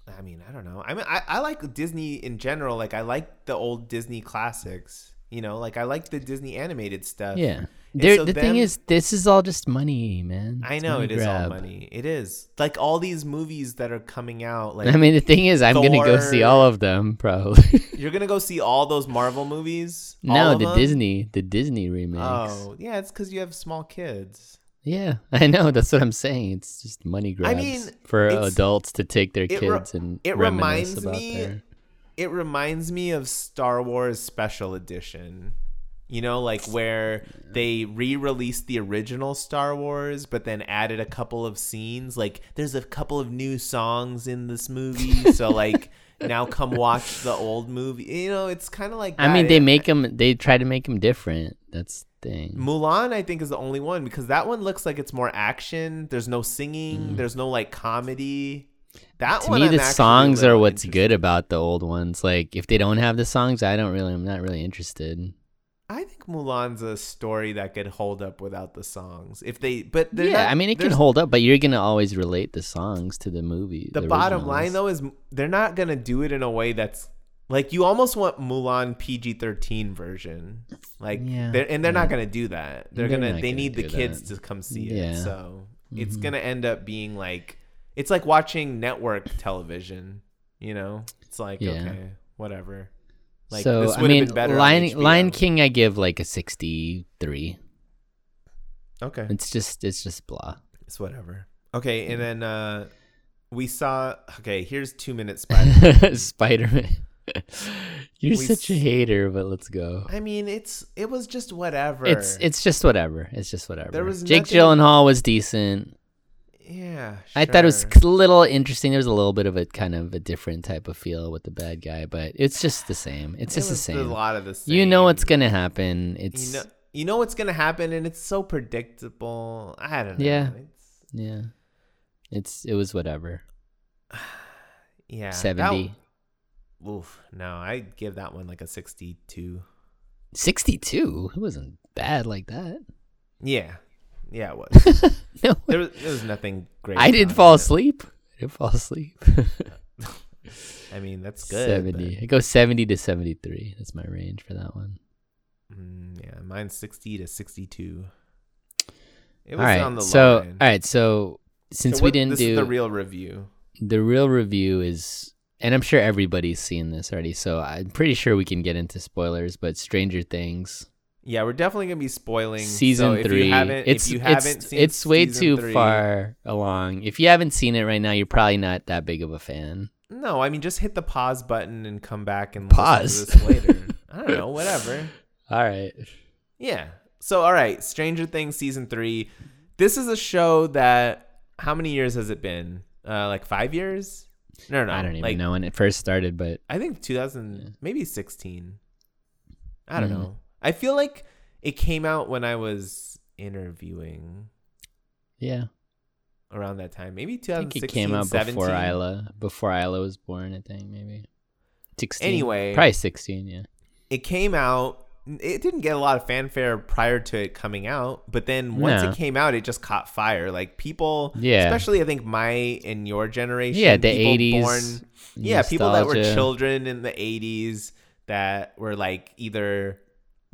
Speaker 2: I mean, I don't know. I mean, I, I like Disney in general. Like, I like the old Disney classics. You know, like I like the Disney animated stuff.
Speaker 1: Yeah.
Speaker 2: And
Speaker 1: There,
Speaker 2: so
Speaker 1: the thing
Speaker 2: them-
Speaker 1: is, this is all just money, man.
Speaker 2: I
Speaker 1: It's
Speaker 2: know it is
Speaker 1: grab.
Speaker 2: all money. It is like all these movies that are coming out. Like
Speaker 1: I mean, the thing is, I'm gonna go see
Speaker 2: Thor.
Speaker 1: all of them probably.
Speaker 2: You're gonna go see all those Marvel movies? All
Speaker 1: no,
Speaker 2: of
Speaker 1: the
Speaker 2: them?
Speaker 1: Disney, the Disney remakes.
Speaker 2: Oh, yeah, it's because you have small kids.
Speaker 1: Yeah, I know. That's what I'm saying. It's just money grabs
Speaker 2: I mean,
Speaker 1: for
Speaker 2: it's-
Speaker 1: adults to take their
Speaker 2: it re-
Speaker 1: kids and
Speaker 2: it
Speaker 1: reminisce
Speaker 2: reminds
Speaker 1: about
Speaker 2: me-
Speaker 1: their.
Speaker 2: It reminds me of Star Wars Special Edition. You know, like where they re-released the original Star Wars, but then added a couple of scenes. Like, there's a couple of new songs in this movie, so like now come watch the old movie. You know, it's kind of like
Speaker 1: I mean,
Speaker 2: that.
Speaker 1: they
Speaker 2: It-
Speaker 1: make them. They try to make them different. That's the thing.
Speaker 2: Mulan, I think, is the only one because that one looks like it's more action. There's no singing. There's no like comedy. That
Speaker 1: Mm. to
Speaker 2: one,
Speaker 1: me,
Speaker 2: I'm
Speaker 1: the
Speaker 2: actually
Speaker 1: songs
Speaker 2: a
Speaker 1: are
Speaker 2: little
Speaker 1: what's
Speaker 2: interested-
Speaker 1: good about the old ones. Like, if they don't have the songs, I don't really. I'm not really interested.
Speaker 2: I think Mulan's a story that could hold up without the songs. If they, but they're
Speaker 1: yeah,
Speaker 2: not-
Speaker 1: I mean, it can
Speaker 2: there's-
Speaker 1: hold up, but you're gonna always relate the songs to the movie.
Speaker 2: The bottom
Speaker 1: originals.
Speaker 2: line though is m- they're not gonna do it in a way that's like you almost want Mulan PG thirteen version. Like,
Speaker 1: Yeah,
Speaker 2: they're, and they're
Speaker 1: yeah.
Speaker 2: not gonna do that. They're,
Speaker 1: They're
Speaker 2: gonna
Speaker 1: not
Speaker 2: they
Speaker 1: gonna
Speaker 2: need the
Speaker 1: do
Speaker 2: kids
Speaker 1: that.
Speaker 2: to come see
Speaker 1: Yeah.
Speaker 2: it. So it's
Speaker 1: Mhm.
Speaker 2: gonna end up being like it's like watching network television. You know, it's like
Speaker 1: Yeah.
Speaker 2: okay, whatever. Like
Speaker 1: so
Speaker 2: this
Speaker 1: I
Speaker 2: would've
Speaker 1: mean,
Speaker 2: been better on
Speaker 1: Lion
Speaker 2: HBO.
Speaker 1: Lion King, I give like a sixty-three.
Speaker 2: Okay,
Speaker 1: It's just it's just blah.
Speaker 2: it's whatever. Okay, and then uh we saw. Okay, here's two minutes. Spider.
Speaker 1: Spider Man. You're
Speaker 2: We
Speaker 1: such a
Speaker 2: s-
Speaker 1: hater, but let's go.
Speaker 2: I mean, it's it was just whatever.
Speaker 1: It's it's just whatever. It's just whatever.
Speaker 2: There was
Speaker 1: Jake
Speaker 2: nothing-
Speaker 1: Gyllenhaal was decent.
Speaker 2: yeah.
Speaker 1: I thought it was
Speaker 2: sure.
Speaker 1: a little interesting. There was a little bit of a kind of a different type of feel with the bad guy, but it's just the same. It's
Speaker 2: It
Speaker 1: just the
Speaker 2: was
Speaker 1: same.
Speaker 2: A lot of the same.
Speaker 1: You know what's gonna happen. It's
Speaker 2: You know, you know what's gonna happen, and it's so predictable. I don't know.
Speaker 1: Yeah.
Speaker 2: It's,
Speaker 1: yeah. It's it was whatever.
Speaker 2: yeah. that-
Speaker 1: Seventy.
Speaker 2: oof. No, I give that one like a sixty-two.
Speaker 1: Sixty-two. It wasn't bad like that.
Speaker 2: Yeah. Yeah, it was.
Speaker 1: No,
Speaker 2: there was there was nothing great.
Speaker 1: I didn't
Speaker 2: about
Speaker 1: fall
Speaker 2: it.
Speaker 1: asleep. I didn't fall asleep.
Speaker 2: I mean, that's good.
Speaker 1: Seventy. It goes seventy to seventy-three. That's my range for that one.
Speaker 2: but, mm, yeah, mine's sixty to sixty-two. It
Speaker 1: all right. so all right. So
Speaker 2: So
Speaker 1: since we
Speaker 2: what-
Speaker 1: didn't
Speaker 2: this
Speaker 1: do
Speaker 2: is the real review.
Speaker 1: the real review is and i'm sure everybody's seen this already so i'm pretty sure we can get into spoilers but stranger things
Speaker 2: Yeah, we're definitely gonna be spoiling so
Speaker 1: season
Speaker 2: if you
Speaker 1: three
Speaker 2: haven't- if
Speaker 1: it's
Speaker 2: you haven't
Speaker 1: it's
Speaker 2: seen
Speaker 1: it's way
Speaker 2: season
Speaker 1: too
Speaker 2: three-
Speaker 1: far along if you haven't seen it right now you're probably not that big of a fan
Speaker 2: No, I mean just hit the pause button and come back and
Speaker 1: Pause.
Speaker 2: listen to this later. I don't know, whatever.
Speaker 1: all right
Speaker 2: Yeah. So all right, Stranger Things season three. This is a show that how many years has it been? Uh, like five years? No, no,
Speaker 1: i don't even
Speaker 2: like,
Speaker 1: know when it first started but
Speaker 2: I think 2000, maybe 16. I don't
Speaker 1: Mm.
Speaker 2: know. I feel like it came out when I was interviewing
Speaker 1: yeah
Speaker 2: around that time. Maybe
Speaker 1: i think
Speaker 2: 2016.
Speaker 1: it came out
Speaker 2: 17.
Speaker 1: before isla before isla was born i think maybe 16
Speaker 2: Anyway.
Speaker 1: probably 16 yeah
Speaker 2: it came out it didn't get a lot of fanfare prior to it coming out but then once
Speaker 1: No.
Speaker 2: it came out it just caught fire like people
Speaker 1: Yeah.
Speaker 2: especially i think my and your generation
Speaker 1: yeah the
Speaker 2: people
Speaker 1: 80s
Speaker 2: born- yeah people that were
Speaker 1: nostalgia.
Speaker 2: children in the 80s that were like either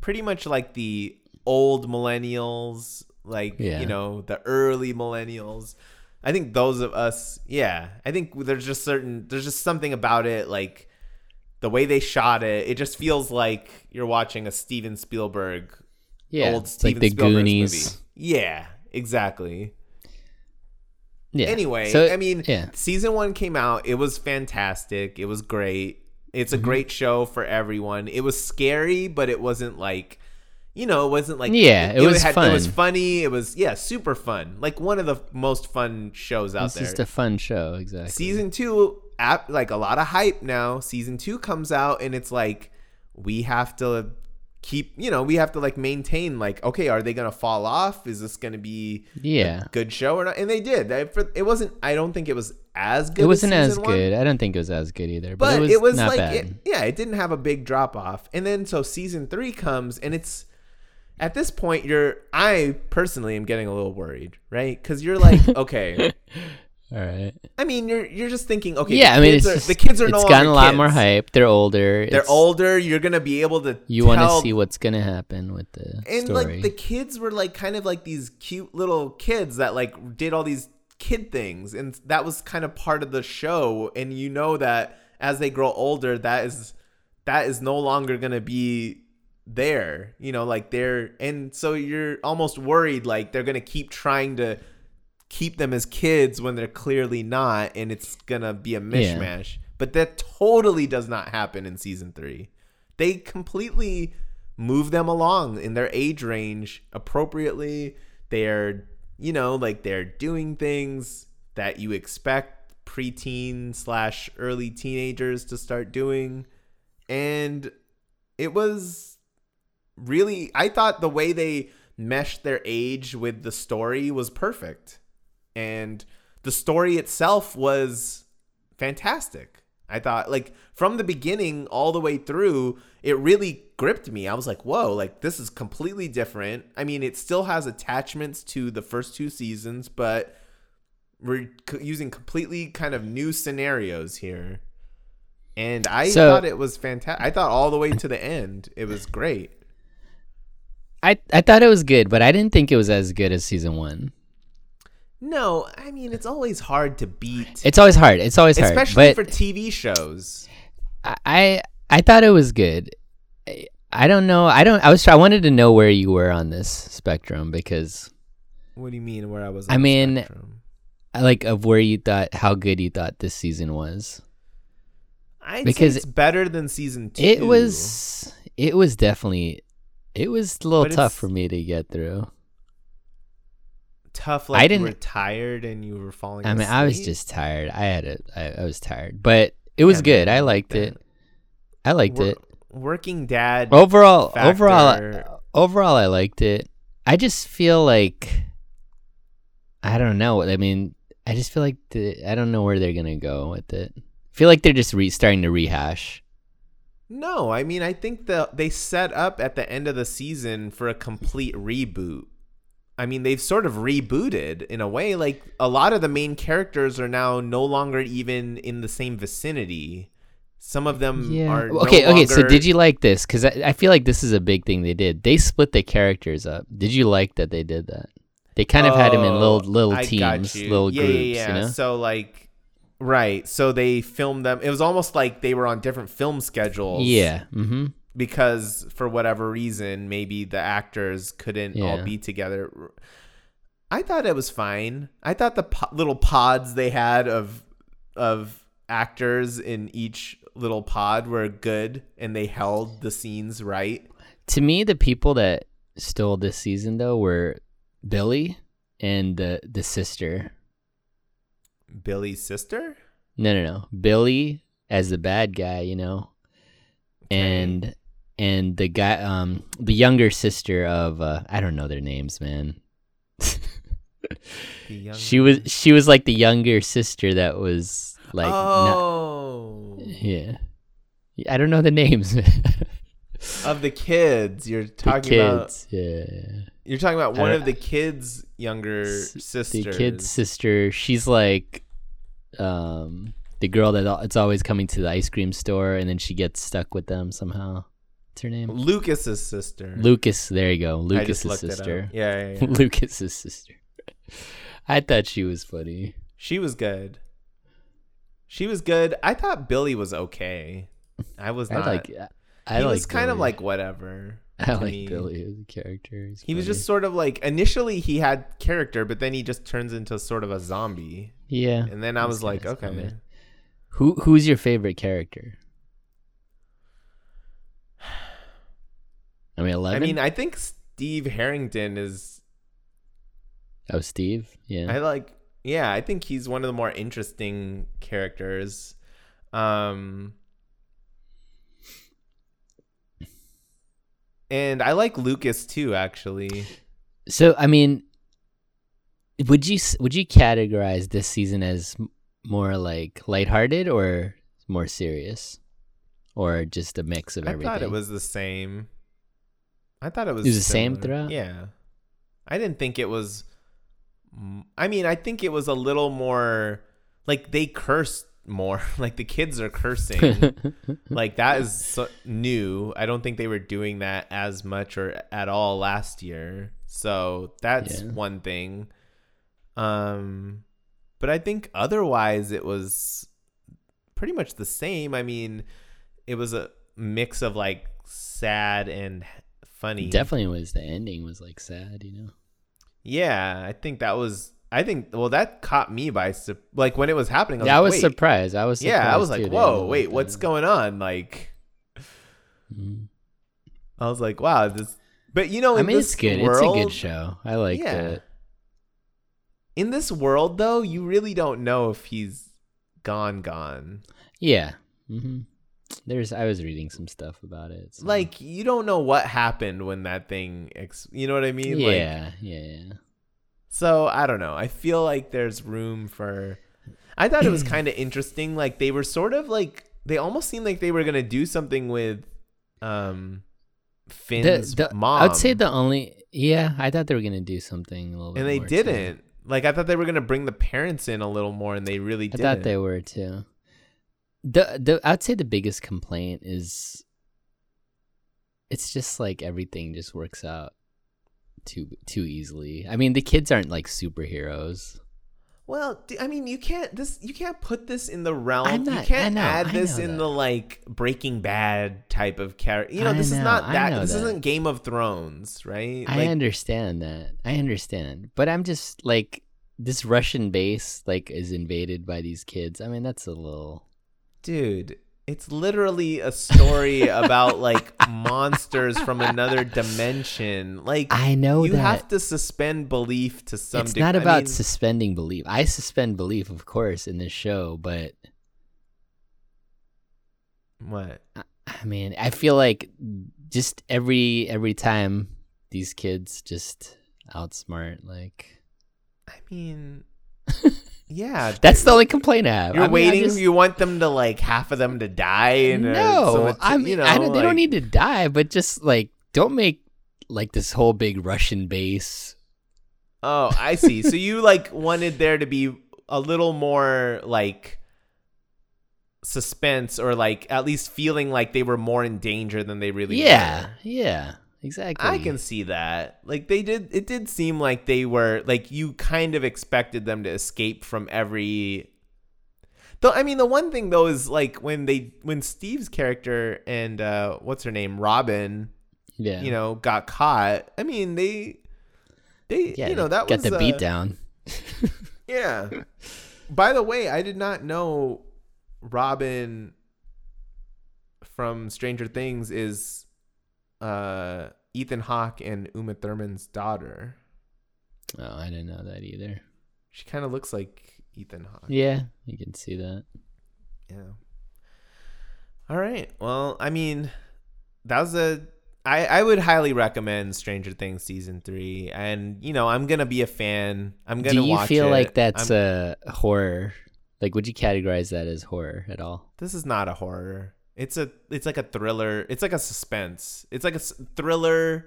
Speaker 2: pretty much like the old millennials like
Speaker 1: Yeah.
Speaker 2: you know the early millennials i think those of us yeah i think there's just certain there's just something about it like the way they shot it it just feels like you're watching a steven spielberg
Speaker 1: yeah
Speaker 2: old
Speaker 1: it's
Speaker 2: steven
Speaker 1: like the
Speaker 2: Spielberg's
Speaker 1: goonies
Speaker 2: movie yeah exactly
Speaker 1: Yeah.
Speaker 2: Anyway,
Speaker 1: So,
Speaker 2: I mean,
Speaker 1: yeah,
Speaker 2: season one came out. It was fantastic. It was great. It's
Speaker 1: Mm-hmm.
Speaker 2: a great show for everyone. It was scary, but it wasn't like, you know, it wasn't like
Speaker 1: Yeah, it was
Speaker 2: It was
Speaker 1: fun.
Speaker 2: funny. It was yeah, super fun. Like one of the most fun shows out
Speaker 1: it's
Speaker 2: there.
Speaker 1: just a fun show. Exactly.
Speaker 2: Season two, app, like a lot of hype now. Season two comes out, and it's like we have to keep, you know, we have to like maintain. Like, okay, are they gonna fall off? Is this gonna be
Speaker 1: yeah,
Speaker 2: good show or not and they did They- for- it wasn't i don't think it was as good
Speaker 1: it wasn't
Speaker 2: season
Speaker 1: as
Speaker 2: one,
Speaker 1: good. I don't think it was as good either. But,
Speaker 2: but
Speaker 1: it was, not
Speaker 2: like
Speaker 1: bad.
Speaker 2: it, yeah it didn't have a big drop off and then so season three comes and it's at this point you're i personally am getting a little worried right because you're like okay
Speaker 1: All right.
Speaker 2: i mean you're you're just thinking okay
Speaker 1: yeah,
Speaker 2: the
Speaker 1: I mean,
Speaker 2: kids
Speaker 1: it's
Speaker 2: are,
Speaker 1: just,
Speaker 2: the kids are
Speaker 1: It's
Speaker 2: no
Speaker 1: gotten
Speaker 2: longer
Speaker 1: a lot more
Speaker 2: kids.
Speaker 1: hype. They're older.
Speaker 2: they're
Speaker 1: it's-
Speaker 2: older you're gonna be able to
Speaker 1: You want to
Speaker 2: tell-
Speaker 1: see what's gonna happen with the
Speaker 2: and
Speaker 1: story.
Speaker 2: like the kids were like kind of like these cute little kids that like did all these kid things and that was kind of part of the show and you know that as they grow older that is that is no longer going to be there you know like they're and so you're almost worried like they're going to keep trying to keep them as kids when they're clearly not and it's going to be a mishmash but that totally does not happen in season 3 they completely move them along in their age range appropriately. They're, you know, like they're doing things that you expect preteen slash early teenagers to start doing. And it was really, I thought the way they meshed their age with the story was perfect. And the story itself was fantastic. I thought like from the beginning all the way through, it really gripped me. I was like, "Whoa, like this is completely different." I mean, it still has attachments to the first two seasons, but we're c- using completely kind of new scenarios here. And I
Speaker 1: So-
Speaker 2: thought it was fantastic. I thought all the way to the end, it was great.
Speaker 1: I I thought it was good, but I didn't think it was as good as season one.
Speaker 2: No, I mean, it's always hard to beat,
Speaker 1: It's always hard. It's always hard.
Speaker 2: especially
Speaker 1: but
Speaker 2: for TV shows.
Speaker 1: I I thought it was good. I, I don't know. I don't. I was. I wanted to know where you were on this spectrum because
Speaker 2: What do you mean where I was?
Speaker 1: I
Speaker 2: on the
Speaker 1: mean,
Speaker 2: spectrum?
Speaker 1: I like of where you thought how good you thought this season was.
Speaker 2: I
Speaker 1: Because
Speaker 2: because it's better than season two.
Speaker 1: It was it was definitely it was a little
Speaker 2: But
Speaker 1: tough
Speaker 2: it's-
Speaker 1: for me to get through.
Speaker 2: tough.
Speaker 1: I
Speaker 2: Like I didn't,
Speaker 1: didn't-
Speaker 2: you were tired and you were falling.
Speaker 1: I mean, I was
Speaker 2: asleep.
Speaker 1: just tired. I had it. I, I was tired, but it was
Speaker 2: Yeah,
Speaker 1: good. I
Speaker 2: man,
Speaker 1: liked
Speaker 2: that
Speaker 1: it. I liked
Speaker 2: wor-
Speaker 1: it.
Speaker 2: Working dad.
Speaker 1: Overall,
Speaker 2: factor-
Speaker 1: overall, overall, I liked it. I just feel like I don't know. I mean, I just feel like the, I don't know where they're gonna go with it. I feel like they're just re- starting to rehash.
Speaker 2: No, I mean, I think the they set up at the end of the season for a complete reboot. I mean, they've sort of rebooted in a way. Like a lot of the main characters are now no longer even in the same vicinity. Some of them Mm, are no
Speaker 1: okay. okay. So
Speaker 2: longer-
Speaker 1: did you like this? Because I, I feel like this is a big thing they did. They split the characters up. Did you like that they did that? They kind of had them in little
Speaker 2: Oh,
Speaker 1: little
Speaker 2: I got
Speaker 1: teams,
Speaker 2: you.
Speaker 1: little
Speaker 2: yeah,
Speaker 1: groups.
Speaker 2: Yeah, yeah.
Speaker 1: You know?
Speaker 2: So like, right. So they filmed them. It was almost like they were on different film schedules.
Speaker 1: Yeah. Mm-hmm.
Speaker 2: because for whatever reason, maybe the actors couldn't all
Speaker 1: Yeah.
Speaker 2: be together. I thought it was fine. I thought the po- little pods they had of of actors in each little pod were good and they held the scenes right.
Speaker 1: To me, the people that stole this season though were Billy and the the sister.
Speaker 2: Billy's sister?
Speaker 1: No, no, no. Billy as the bad guy, you know, and and the guy, um, the younger sister of uh, I don't know their names, man.
Speaker 2: The young
Speaker 1: She was she was like the younger sister that was like not-
Speaker 2: Oh.
Speaker 1: yeah. Yeah, I don't know the names. the
Speaker 2: of the kids you're talking about
Speaker 1: kids, yeah.
Speaker 2: you're talking about
Speaker 1: I
Speaker 2: one
Speaker 1: don't-
Speaker 2: of the kids younger
Speaker 1: S-
Speaker 2: sisters
Speaker 1: The kid's sister, she's like um the girl that al- it's always coming to the ice cream store and then she gets stuck with them somehow. What's her name?
Speaker 2: lucas's sister
Speaker 1: Lucas, there you go.
Speaker 2: I
Speaker 1: Lucas's
Speaker 2: just looked it up.
Speaker 1: sister.
Speaker 2: yeah, yeah, yeah.
Speaker 1: Lucas's sister. I thought she was funny.
Speaker 2: She was good. She was good. I thought Billy was okay. I was
Speaker 1: I
Speaker 2: not.
Speaker 1: like I
Speaker 2: Uh, he
Speaker 1: like
Speaker 2: was kind of
Speaker 1: Billy.
Speaker 2: like whatever.
Speaker 1: I
Speaker 2: to
Speaker 1: like
Speaker 2: me.
Speaker 1: Billy as a character. He's
Speaker 2: He was
Speaker 1: funny.
Speaker 2: just sort of like initially he had character, but then he just turns into sort of a zombie.
Speaker 1: yeah.
Speaker 2: And then I
Speaker 1: He's
Speaker 2: was like,
Speaker 1: kinda
Speaker 2: okay,
Speaker 1: scumbag. Who who's your favorite character? I mean,
Speaker 2: I
Speaker 1: eleven.
Speaker 2: mean, I think Steve Harrington is.
Speaker 1: oh, Steve. Yeah,
Speaker 2: I like. Yeah, I think he's one of the more interesting characters. Um, and I like Lucas too, actually.
Speaker 1: So I mean, would you s- would you categorize this season as m- more like lighthearted or more serious, or just a mix of
Speaker 2: I
Speaker 1: everything?
Speaker 2: thought it was the same. I thought it was,
Speaker 1: It was the same
Speaker 2: similar.
Speaker 1: throughout?
Speaker 2: Yeah. I didn't think it was mm, I mean, I think it was a little more like they cursed more. Like the kids are cursing. like that is so new. I don't think they were doing that as much or at all last year. So that's
Speaker 1: Yeah.
Speaker 2: one thing. Um but I think otherwise it was pretty much the same. I mean, it was a mix of like sad and funny.
Speaker 1: Definitely was the ending was like sad, you know.
Speaker 2: Yeah, I think that was. I think well, that caught me by sur- like when it was happening. I was
Speaker 1: yeah, I
Speaker 2: like,
Speaker 1: was
Speaker 2: "Wait."
Speaker 1: surprised. I was surprised
Speaker 2: Yeah, I was like,
Speaker 1: too, they
Speaker 2: whoa,
Speaker 1: ended
Speaker 2: wait,
Speaker 1: like uh,
Speaker 2: what's
Speaker 1: that.
Speaker 2: going on? Like,
Speaker 1: Mhm.
Speaker 2: I was like, wow, this. But you know, in
Speaker 1: I mean,
Speaker 2: this
Speaker 1: it's good.
Speaker 2: world,
Speaker 1: it's a good show. I like
Speaker 2: Yeah.
Speaker 1: it.
Speaker 2: In this world, though, you really don't know if he's gone, gone.
Speaker 1: Yeah. hmm There's. I was reading some stuff about it. so-
Speaker 2: Like, you don't know what happened when that thing. Ex- you know what I mean? Like,
Speaker 1: yeah, yeah, yeah.
Speaker 2: So I don't know. I feel like there's room for. I thought it was kind of interesting. Like they were sort of like they almost seemed like they were gonna do something with, um, Finn's
Speaker 1: the, the,
Speaker 2: mom.
Speaker 1: I'd say the only. Yeah, I thought they were gonna do something a little. bit
Speaker 2: and they
Speaker 1: more, too.
Speaker 2: didn't. Like I thought they were gonna bring the parents in a little more, and they really
Speaker 1: I
Speaker 2: didn't.
Speaker 1: thought they were too. The the I'd say the biggest complaint is. It's just like everything just works out too too easily. I mean, the kids aren't like superheroes.
Speaker 2: Well, d- I mean, you can't this. You can't put this in the realm.
Speaker 1: I'm
Speaker 2: you
Speaker 1: not-
Speaker 2: can't
Speaker 1: I know,
Speaker 2: add
Speaker 1: I
Speaker 2: this
Speaker 1: know
Speaker 2: in
Speaker 1: that.
Speaker 2: the like Breaking Bad type of character. You know,
Speaker 1: I
Speaker 2: this is
Speaker 1: know,
Speaker 2: not
Speaker 1: I
Speaker 2: that.
Speaker 1: know
Speaker 2: This
Speaker 1: that.
Speaker 2: is isn't Game of Thrones, right?
Speaker 1: I understand that. I understand, but I'm just like this Russian base like is invaded by these kids. I mean, that's a little.
Speaker 2: dude It's literally a story about like monsters from another dimension. Like
Speaker 1: I know
Speaker 2: you
Speaker 1: that.
Speaker 2: have to suspend belief to some.
Speaker 1: it's
Speaker 2: deg-
Speaker 1: not
Speaker 2: I
Speaker 1: about
Speaker 2: mean,
Speaker 1: suspending belief. I suspend belief, of course, in this show, but
Speaker 2: what
Speaker 1: I mean, I feel like just every every time these kids just outsmart. Like
Speaker 2: I mean. Yeah,
Speaker 1: that's the only complaint I have.
Speaker 2: You're
Speaker 1: I mean, I
Speaker 2: waiting.
Speaker 1: just-
Speaker 2: you want them to like half of them to die. And uh, so
Speaker 1: no,
Speaker 2: it's,
Speaker 1: I mean,
Speaker 2: you know,
Speaker 1: I don't, they
Speaker 2: like-
Speaker 1: don't need to die, but just like don't make like this whole big Russian base.
Speaker 2: Oh, I see. so you like wanted there to be a little more like suspense, or like at least feeling like they were more in danger than they really
Speaker 1: yeah,
Speaker 2: were.
Speaker 1: yeah, exactly.
Speaker 2: I can see that. Like they did. It did seem like they were like you kind of expected them to escape from every. Though I mean, the one thing though is like when they when Steve's character and uh, what's her name Robin
Speaker 1: yeah,
Speaker 2: you know, got caught. I mean, they, they,
Speaker 1: yeah,
Speaker 2: you know,
Speaker 1: they
Speaker 2: that
Speaker 1: got
Speaker 2: was
Speaker 1: the
Speaker 2: uh,
Speaker 1: beat down.
Speaker 2: Yeah. By the way, I did not know Robin from Stranger Things is uh Ethan Hawke and Uma Thurman's daughter.
Speaker 1: Oh, I didn't know that either.
Speaker 2: She kind of looks like Ethan Hawke.
Speaker 1: Yeah, you can see that.
Speaker 2: Yeah. All right. Well, I mean, that was a. I I would highly recommend Stranger Things season three, and you know I'm gonna be a fan. I'm gonna.
Speaker 1: Do you
Speaker 2: watch
Speaker 1: feel
Speaker 2: it.
Speaker 1: like that's
Speaker 2: I'm-
Speaker 1: a horror? Like, would you categorize that as horror at all?
Speaker 2: this is not a horror. It's a. It's like a thriller. It's like a suspense. It's like a s- thriller,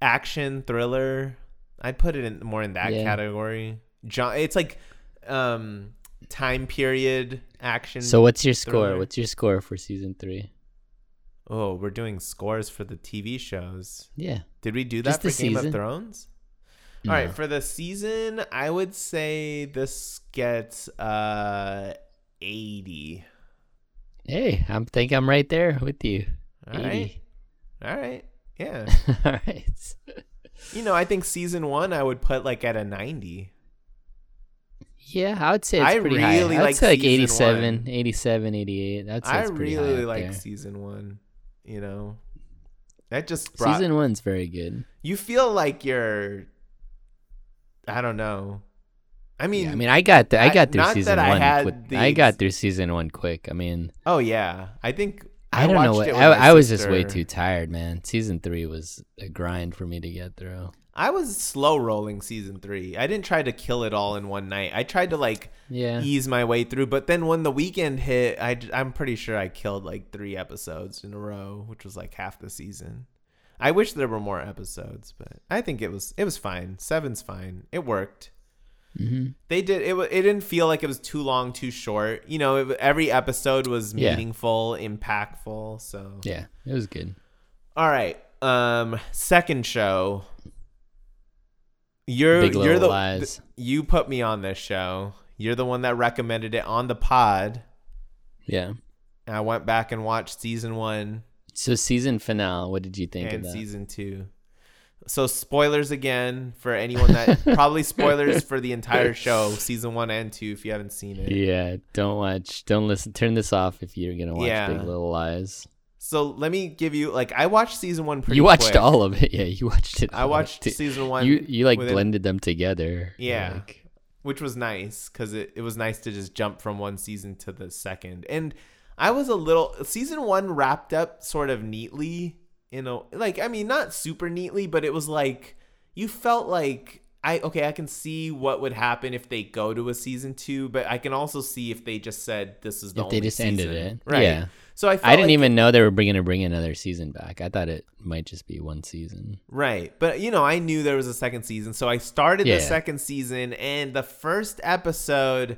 Speaker 2: action thriller. I'd put it in more in that
Speaker 1: Yeah.
Speaker 2: category. John, it's like, um, time period action.
Speaker 1: So, what's your score?
Speaker 2: thriller.
Speaker 1: What's your score for season three?
Speaker 2: Oh, we're doing scores for the TV shows.
Speaker 1: Yeah,
Speaker 2: Did we do
Speaker 1: Just
Speaker 2: that for
Speaker 1: the
Speaker 2: Game
Speaker 1: season.
Speaker 2: of Thrones? All right,
Speaker 1: No.
Speaker 2: for the season, I would say this gets uh 80.
Speaker 1: Hey, I am think I'm right there with you.
Speaker 2: All right. All right. Yeah.
Speaker 1: 80. all right.
Speaker 2: you know, I think season 1 I would put like at a 90.
Speaker 1: Yeah, I would say it's
Speaker 2: I
Speaker 1: pretty high.
Speaker 2: really
Speaker 1: I'd
Speaker 2: like
Speaker 1: say like
Speaker 2: season
Speaker 1: 87,
Speaker 2: one.
Speaker 1: 87, 88. That's
Speaker 2: I
Speaker 1: pretty
Speaker 2: really
Speaker 1: high
Speaker 2: like
Speaker 1: like
Speaker 2: season 1, you know. That just brought
Speaker 1: season one's very good.
Speaker 2: You feel like you're I don't know. I mean,
Speaker 1: Yeah, I mean, I got th- I
Speaker 2: I-
Speaker 1: got through
Speaker 2: not
Speaker 1: season
Speaker 2: that I
Speaker 1: one.
Speaker 2: had
Speaker 1: quick-
Speaker 2: the
Speaker 1: I
Speaker 2: ex-
Speaker 1: got through season one quick. I mean,
Speaker 2: oh yeah. I think
Speaker 1: I, don't know
Speaker 2: watched
Speaker 1: what
Speaker 2: it with my
Speaker 1: I, I was just way
Speaker 2: sister.
Speaker 1: too tired, man. Season three was a grind for me to get through.
Speaker 2: I was slow rolling season three. I didn't try to kill it all in one night. I tried to like
Speaker 1: Yeah,
Speaker 2: ease my way through, but then when the weekend hit, I, am pretty sure I killed like three episodes in a row, which was like half the season. I wish there were more episodes, but I think it was it was fine. Seven's fine. It worked.
Speaker 1: Mhm.
Speaker 2: They did it. wa- It didn't feel like it was too long, too short. You know, it, every episode was
Speaker 1: Yeah.
Speaker 2: meaningful, impactful. So
Speaker 1: yeah, it was good.
Speaker 2: all right. Um, second show. You're
Speaker 1: Big
Speaker 2: you're
Speaker 1: Little
Speaker 2: the
Speaker 1: Lies.
Speaker 2: th- you put me on this show. You're the one that recommended it on the pod.
Speaker 1: Yeah.
Speaker 2: And I went back and watched season one
Speaker 1: So season finale. What did you think of
Speaker 2: and
Speaker 1: that?
Speaker 2: season two. So spoilers again for anyone that probably spoilers for the entire show, season one and two, if you haven't seen it.
Speaker 1: yeah, don't watch. Don't listen. Turn this off if you're gonna watch
Speaker 2: Yeah.
Speaker 1: Big Little Lies.
Speaker 2: So let me give you like I watched season one pretty.
Speaker 1: you watched
Speaker 2: quick.
Speaker 1: all of it. Yeah, you watched it.
Speaker 2: I
Speaker 1: all.
Speaker 2: watched
Speaker 1: Dude,
Speaker 2: season one.
Speaker 1: You you like
Speaker 2: within-
Speaker 1: blended them together.
Speaker 2: Yeah.
Speaker 1: Like,
Speaker 2: which was nice because it, it was nice to just jump from one season to the second. And I was a little season one wrapped up sort of neatly, you know, like I mean not super neatly, but it was like you felt like I okay, I can see what would happen if they go to a season two, but I can also see if they just said this is the
Speaker 1: If they
Speaker 2: only
Speaker 1: just ended
Speaker 2: season.
Speaker 1: it.
Speaker 2: right?
Speaker 1: Yeah.
Speaker 2: So I felt
Speaker 1: I didn't
Speaker 2: like-
Speaker 1: even know they were going to bring another season back. I thought it might just be one season.
Speaker 2: Right. But you know, I knew there was a second season, so I started
Speaker 1: Yeah.
Speaker 2: the second season and the first episode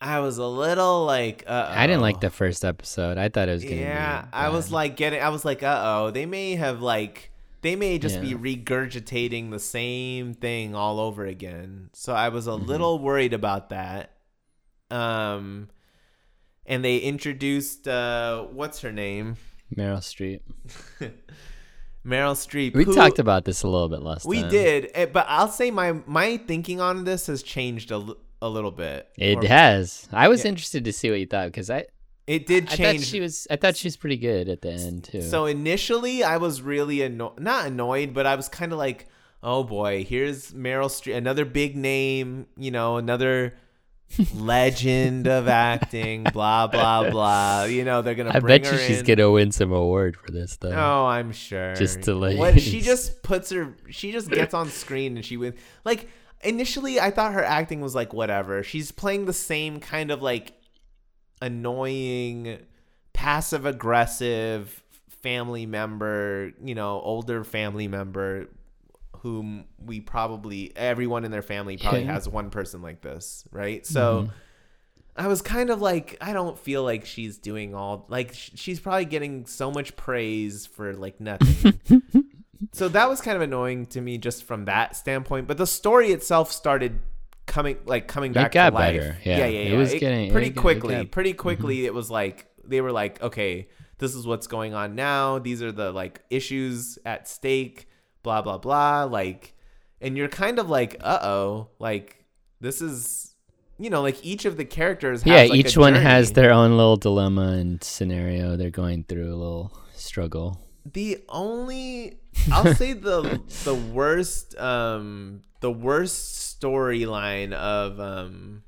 Speaker 2: I was a little like uh
Speaker 1: I didn't like the first episode. I thought it was going to
Speaker 2: Yeah,
Speaker 1: be
Speaker 2: I was
Speaker 1: bad.
Speaker 2: like getting I was like, "Uh-oh, they may have like they may just
Speaker 1: Yeah.
Speaker 2: be regurgitating the same thing all over again." So I was a
Speaker 1: Mm-hmm.
Speaker 2: little worried about that. Um and they introduced uh what's her name?
Speaker 1: Meryl Streep.
Speaker 2: Meryl Streep.
Speaker 1: We
Speaker 2: who-
Speaker 1: talked about this a little bit last
Speaker 2: We
Speaker 1: time.
Speaker 2: did, eh, but I'll say my my thinking on this has changed a, l- a little bit.
Speaker 1: It
Speaker 2: Or-
Speaker 1: has. I was interested to see what you thought because I
Speaker 2: It did
Speaker 1: I thought
Speaker 2: change.
Speaker 1: she was. I thought she was pretty good at the end too.
Speaker 2: So initially, I was really annoyed, not annoyed, but I was kind of like, oh boy, here's Meryl Streep, another big name, you know, another legend of acting, blah, blah, blah. You know, they're going to
Speaker 1: I
Speaker 2: bring
Speaker 1: bet you
Speaker 2: her
Speaker 1: she's
Speaker 2: in.
Speaker 1: gonna win some award for this though.
Speaker 2: Oh, I'm sure.
Speaker 1: Just to, like-
Speaker 2: What, she just puts her. She just gets on screen and she wins. Like initially, I thought her acting was like whatever. She's playing the same kind of like annoying, passive aggressive family member. You know, older family member whom we probably everyone in their family probably
Speaker 1: Yeah.
Speaker 2: has one person like this, right? So. I was kind of like, I don't feel like she's doing all like sh- she's probably getting so much praise for like nothing. so that was kind of annoying to me just from that standpoint. But the story itself started coming like coming back
Speaker 1: got
Speaker 2: to life.
Speaker 1: better, yeah.
Speaker 2: yeah, yeah.
Speaker 1: It was
Speaker 2: It-
Speaker 1: getting- it
Speaker 2: pretty
Speaker 1: got- it
Speaker 2: quickly.
Speaker 1: got- mm-hmm.
Speaker 2: pretty quickly, it was like they were like, okay, this is what's going on now. These are the like issues at stake. Blah blah blah. Like, and you're kind of like, uh oh, like this is. You know, like each of the characters. Has
Speaker 1: yeah,
Speaker 2: like, a
Speaker 1: each one has
Speaker 2: journey.
Speaker 1: their own little dilemma and scenario. They're going through a little struggle.
Speaker 2: The only I'll say the the worst um the worst storyline of um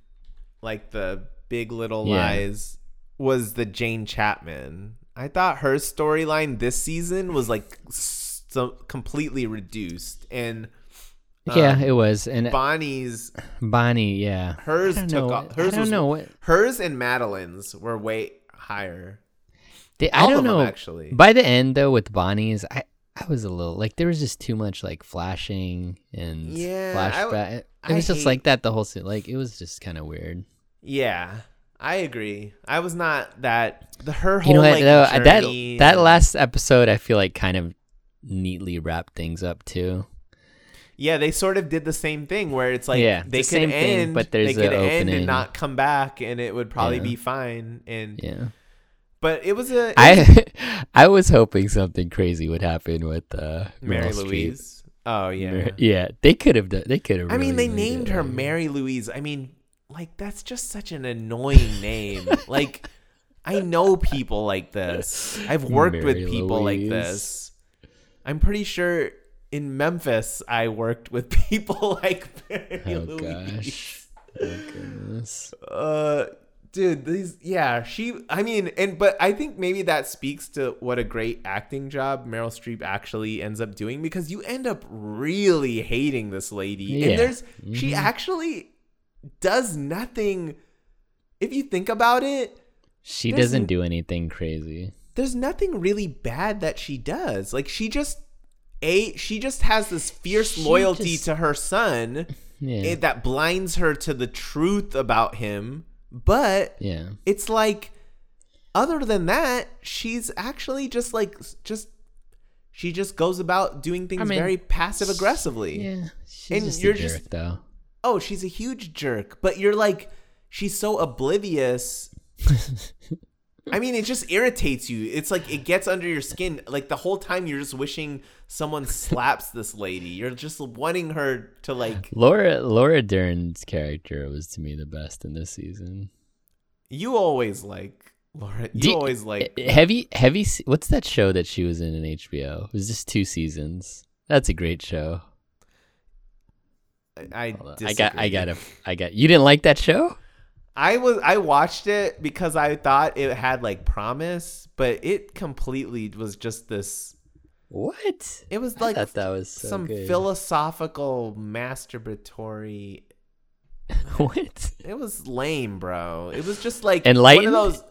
Speaker 2: like the Big Little
Speaker 1: Yeah.
Speaker 2: Lies was the Jane Chapman. I thought her storyline this season was like so completely reduced and Uh,
Speaker 1: yeah, it was. And
Speaker 2: Bonnie's
Speaker 1: Bonnie, yeah,
Speaker 2: hers
Speaker 1: I don't
Speaker 2: took
Speaker 1: know.
Speaker 2: off. Hers
Speaker 1: I don't
Speaker 2: was,
Speaker 1: know what.
Speaker 2: hers and Madeline's were way higher.
Speaker 1: They,
Speaker 2: All
Speaker 1: I
Speaker 2: of
Speaker 1: don't
Speaker 2: them,
Speaker 1: know.
Speaker 2: actually.
Speaker 1: By the end though, with Bonnie's, I I was a little like there was just too much like flashing and
Speaker 2: Yeah, I w-
Speaker 1: flashback. It- it
Speaker 2: I
Speaker 1: was just
Speaker 2: hate-
Speaker 1: like that the whole scene. Like it was just kind of weird.
Speaker 2: Yeah, I agree. I was not that the her whole
Speaker 1: You know what
Speaker 2: like,
Speaker 1: though? I- That
Speaker 2: journey
Speaker 1: that
Speaker 2: and-
Speaker 1: last episode, I feel like kind of neatly wrapped things up too.
Speaker 2: yeah they sort of did the same thing where it's like
Speaker 1: Yeah,
Speaker 2: they
Speaker 1: the
Speaker 2: could
Speaker 1: same thing,
Speaker 2: end
Speaker 1: but there's
Speaker 2: they could
Speaker 1: a
Speaker 2: end
Speaker 1: opening.
Speaker 2: and not come back and it would probably
Speaker 1: Yeah.
Speaker 2: be fine and
Speaker 1: Yeah.
Speaker 2: but it was a it was
Speaker 1: I I was hoping something crazy would happen with uh,
Speaker 2: Mary
Speaker 1: Meryl Streep.
Speaker 2: Louise. Oh yeah.
Speaker 1: Mer- yeah, they could have done. They could have.
Speaker 2: I mean
Speaker 1: really
Speaker 2: they
Speaker 1: made
Speaker 2: named
Speaker 1: it
Speaker 2: her
Speaker 1: like-
Speaker 2: Mary Louise. I mean like that's just such an annoying name. like I know people like this. I've worked
Speaker 1: Mary
Speaker 2: with people
Speaker 1: Louise.
Speaker 2: like this. I'm pretty sure in Memphis I worked with people like Mary
Speaker 1: Oh
Speaker 2: Louise.
Speaker 1: gosh. Oh, goodness.
Speaker 2: Uh, dude, these yeah, she. I mean, and but I think maybe that speaks to what a great acting job Meryl Streep actually ends up doing because you end up really hating this lady,
Speaker 1: Yeah. Mm-hmm.
Speaker 2: and there's she actually does nothing. If you think about it,
Speaker 1: She
Speaker 2: There's
Speaker 1: doesn't
Speaker 2: n-
Speaker 1: do anything crazy.
Speaker 2: there's nothing really bad that she does. Like she just a she just has this fierce
Speaker 1: She
Speaker 2: loyalty
Speaker 1: just-
Speaker 2: to her son
Speaker 1: Yeah.
Speaker 2: eh, that blinds her to the truth about him, but
Speaker 1: yeah.
Speaker 2: it's like other than that she's actually just like s- just she just goes about doing things
Speaker 1: mean,
Speaker 2: very passive aggressively
Speaker 1: Yeah. She's
Speaker 2: And
Speaker 1: just
Speaker 2: you're
Speaker 1: a jerk,
Speaker 2: just-
Speaker 1: though.
Speaker 2: oh she's a huge jerk but you're like she's so oblivious i mean it just irritates you it's like it gets under your skin like the whole time you're just wishing someone slaps this lady you're just wanting her to like
Speaker 1: Laura Laura Dern's character was to me the best in this season.
Speaker 2: you always like laura you
Speaker 1: Do-
Speaker 2: always
Speaker 1: Eh,
Speaker 2: like
Speaker 1: heavy heavy. se- What's that show that she was in in HBO? It was just two seasons. That's a great show.
Speaker 2: i
Speaker 1: Hold on.
Speaker 2: disagree.
Speaker 1: I got I got a I got. You didn't like that show?
Speaker 2: I was I watched it because I thought it had like promise, but it completely was just this.
Speaker 1: What?
Speaker 2: It was
Speaker 1: I
Speaker 2: like
Speaker 1: thought that was so
Speaker 2: some
Speaker 1: good.
Speaker 2: philosophical masturbatory.
Speaker 1: what?
Speaker 2: It was lame, bro. It was just like
Speaker 1: Enlightened?
Speaker 2: One of those.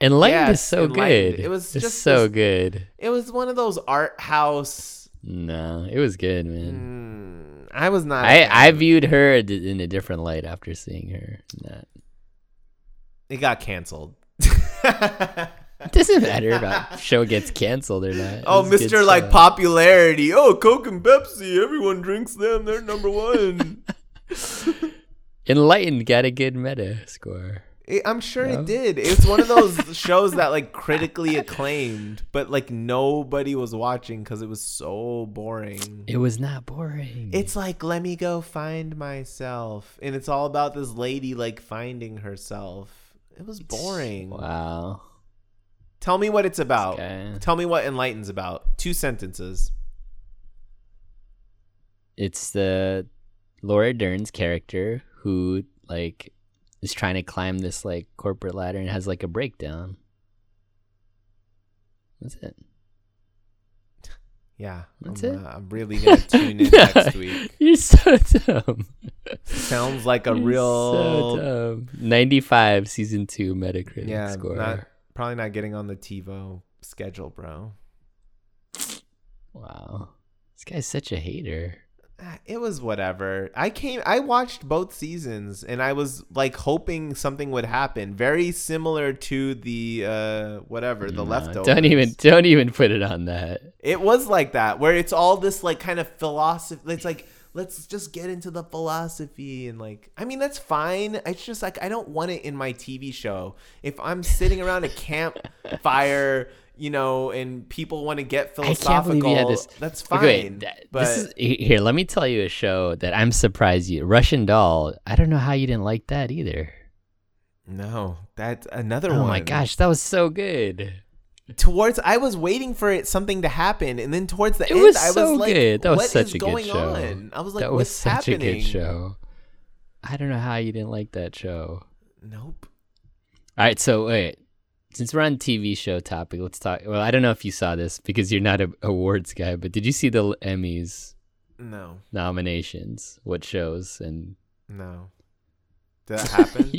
Speaker 1: Enlightened is
Speaker 2: Yes,
Speaker 1: so
Speaker 2: Enlightened.
Speaker 1: good.
Speaker 2: It was
Speaker 1: It's
Speaker 2: just
Speaker 1: so
Speaker 2: this-
Speaker 1: good.
Speaker 2: It was one of those art house.
Speaker 1: No, it was good, man.
Speaker 2: Mm, I was not. a fan.
Speaker 1: I I viewed her d- in a different light after seeing her. in that.
Speaker 2: it got canceled.
Speaker 1: It doesn't matter if a show gets canceled or not. uh,
Speaker 2: Oh,
Speaker 1: It was good
Speaker 2: Mr. Like
Speaker 1: stuff.
Speaker 2: popularity. Oh, Coke and Pepsi. Everyone drinks them. They're number one.
Speaker 1: Enlightened got a good meta score.
Speaker 2: It, I'm sure
Speaker 1: No?
Speaker 2: it did. It's one of those shows that like critically acclaimed, but like nobody was watching because it was so boring.
Speaker 1: It was not boring.
Speaker 2: It's like let me go find myself, and it's all about this lady like finding herself. It was boring.
Speaker 1: Wow.
Speaker 2: Tell me what it's about.
Speaker 1: Okay.
Speaker 2: Tell me what Enlighten's about. Two sentences.
Speaker 1: It's the Laura Dern's character who like is trying to climb this like corporate ladder and has like a breakdown. That's it.
Speaker 2: Yeah,
Speaker 1: That's
Speaker 2: I'm,
Speaker 1: it?
Speaker 2: Uh, I'm really gonna tune in next week.
Speaker 1: You're so dumb.
Speaker 2: Sounds like a
Speaker 1: You're
Speaker 2: real
Speaker 1: so dumb. 95 season 2 Metacritic
Speaker 2: yeah.
Speaker 1: score.
Speaker 2: Not probably not getting on the TiVo schedule, bro.
Speaker 1: Wow. This guy's such a hater.
Speaker 2: Ah, It was whatever. I came. I watched both seasons, and I was like hoping something would happen. Very similar to the uh whatever the
Speaker 1: No,
Speaker 2: leftovers.
Speaker 1: Don't even don't even put it on that.
Speaker 2: It was like that, where it's all this like kind of philosophy. It's like let's just get into the philosophy and like I mean that's fine. It's just like I don't want it in my TV show. If I'm sitting around a campfire, you know, and people want to
Speaker 1: I
Speaker 2: get philosophical,
Speaker 1: can't believe you had this.
Speaker 2: that's fine.
Speaker 1: Okay, wait, that-
Speaker 2: but
Speaker 1: this is, he- here, let me tell you a show that I'm surprised you. Russian Doll. I don't know how you didn't like that either.
Speaker 2: no, that's another
Speaker 1: Oh
Speaker 2: one.
Speaker 1: my gosh, that was so good.
Speaker 2: Towards I was waiting for it something to happen, and then towards the
Speaker 1: It
Speaker 2: end,
Speaker 1: was
Speaker 2: I was
Speaker 1: so
Speaker 2: like,
Speaker 1: good. That was
Speaker 2: "What is
Speaker 1: such a
Speaker 2: going
Speaker 1: good show.
Speaker 2: on?" I was like,
Speaker 1: that was
Speaker 2: "What's
Speaker 1: such
Speaker 2: happening?"
Speaker 1: a good show. I don't know how you didn't like that show.
Speaker 2: Nope.
Speaker 1: All right, so wait. Since we're on TV show topic, let's talk. Well, I don't know if you saw this because you're not a awards guy, but did you see the Emmys
Speaker 2: No.
Speaker 1: nominations? What shows and
Speaker 2: No. Did that happen?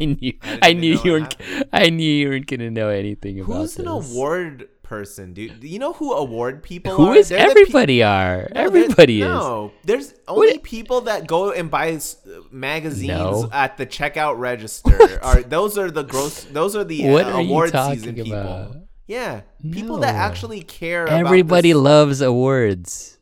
Speaker 1: I knew
Speaker 2: I didn't
Speaker 1: I,
Speaker 2: even
Speaker 1: knew
Speaker 2: know
Speaker 1: you
Speaker 2: it
Speaker 1: weren't I knew you weren't gonna know anything about
Speaker 2: Who's an
Speaker 1: this.
Speaker 2: award person, dude? Do you know who award people
Speaker 1: Who
Speaker 2: are?
Speaker 1: is
Speaker 2: They're the
Speaker 1: everybody are.
Speaker 2: peop- No, they're-
Speaker 1: everybody is.
Speaker 2: No, there's only
Speaker 1: What-
Speaker 2: people that go and buy s- magazines
Speaker 1: No.
Speaker 2: at the checkout register. Are those are the gross? Those are the
Speaker 1: What
Speaker 2: uh,
Speaker 1: are you
Speaker 2: award season
Speaker 1: talking
Speaker 2: people.
Speaker 1: about?
Speaker 2: Yeah, people that
Speaker 1: No.
Speaker 2: actually care.
Speaker 1: Everybody
Speaker 2: about
Speaker 1: loves awards.
Speaker 2: this.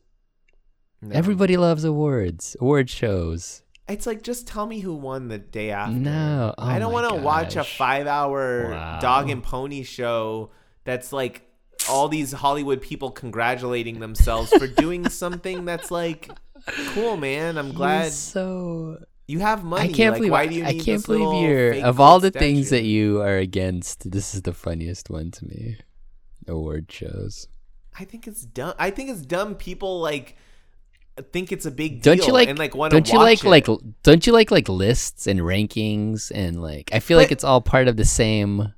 Speaker 2: No.
Speaker 1: Everybody loves awards. Award shows.
Speaker 2: It's like just tell me who won the day after.
Speaker 1: No. Oh
Speaker 2: I don't
Speaker 1: my
Speaker 2: want to watch a
Speaker 1: gosh.
Speaker 2: five-hour
Speaker 1: Wow.
Speaker 2: dog and pony show that's like all these Hollywood people congratulating themselves for doing something that's like cool, man. I'm glad
Speaker 1: He's so
Speaker 2: you have money.
Speaker 1: I can't
Speaker 2: like,
Speaker 1: believe
Speaker 2: why do you
Speaker 1: I
Speaker 2: need
Speaker 1: can't
Speaker 2: this
Speaker 1: believe
Speaker 2: little
Speaker 1: you're
Speaker 2: fake
Speaker 1: of all
Speaker 2: gold
Speaker 1: the things
Speaker 2: statue?
Speaker 1: that you are against, this is the funniest one to me. Award shows.
Speaker 2: I think it's dumb. I think it's dumb. People like think it's a big deal.
Speaker 1: don't you like,
Speaker 2: and like want to
Speaker 1: don't you like like l- don't you like like lists and rankings and like I feel like
Speaker 2: But-
Speaker 1: it's all part of the same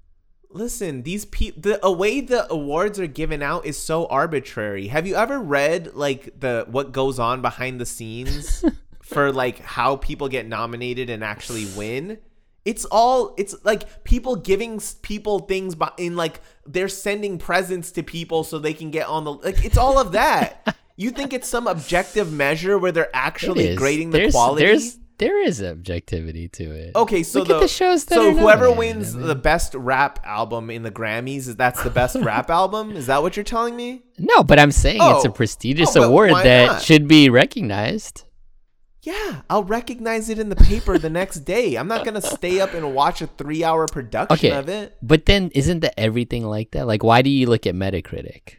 Speaker 2: Listen, these people, the a way the awards are given out is so arbitrary. Have you ever read like the what goes on behind the scenes for like how people get nominated and actually win? It's all it's like people giving s- people things by, in like they're sending presents to people so they can get on the like it's all of that. you think it's some objective measure where they're
Speaker 1: It
Speaker 2: actually
Speaker 1: is.
Speaker 2: grading the
Speaker 1: there's,
Speaker 2: quality?
Speaker 1: There's there is objectivity to it.
Speaker 2: Okay, so
Speaker 1: Look
Speaker 2: the,
Speaker 1: at the shows that
Speaker 2: so
Speaker 1: are
Speaker 2: whoever
Speaker 1: nominated,
Speaker 2: wins
Speaker 1: I mean.
Speaker 2: the best rap album in the Grammys, is that's the best rap album? Is that what you're telling me?
Speaker 1: No, but I'm saying it's a
Speaker 2: Oh.
Speaker 1: prestigious
Speaker 2: Oh, but
Speaker 1: award
Speaker 2: why
Speaker 1: that
Speaker 2: not?
Speaker 1: should be recognized.
Speaker 2: Yeah, I'll recognize it in the paper the next day. I'm not gonna stay up and watch a three-hour production
Speaker 1: Okay.
Speaker 2: of it.
Speaker 1: But then isn't that everything like that? Like why do you look at Metacritic?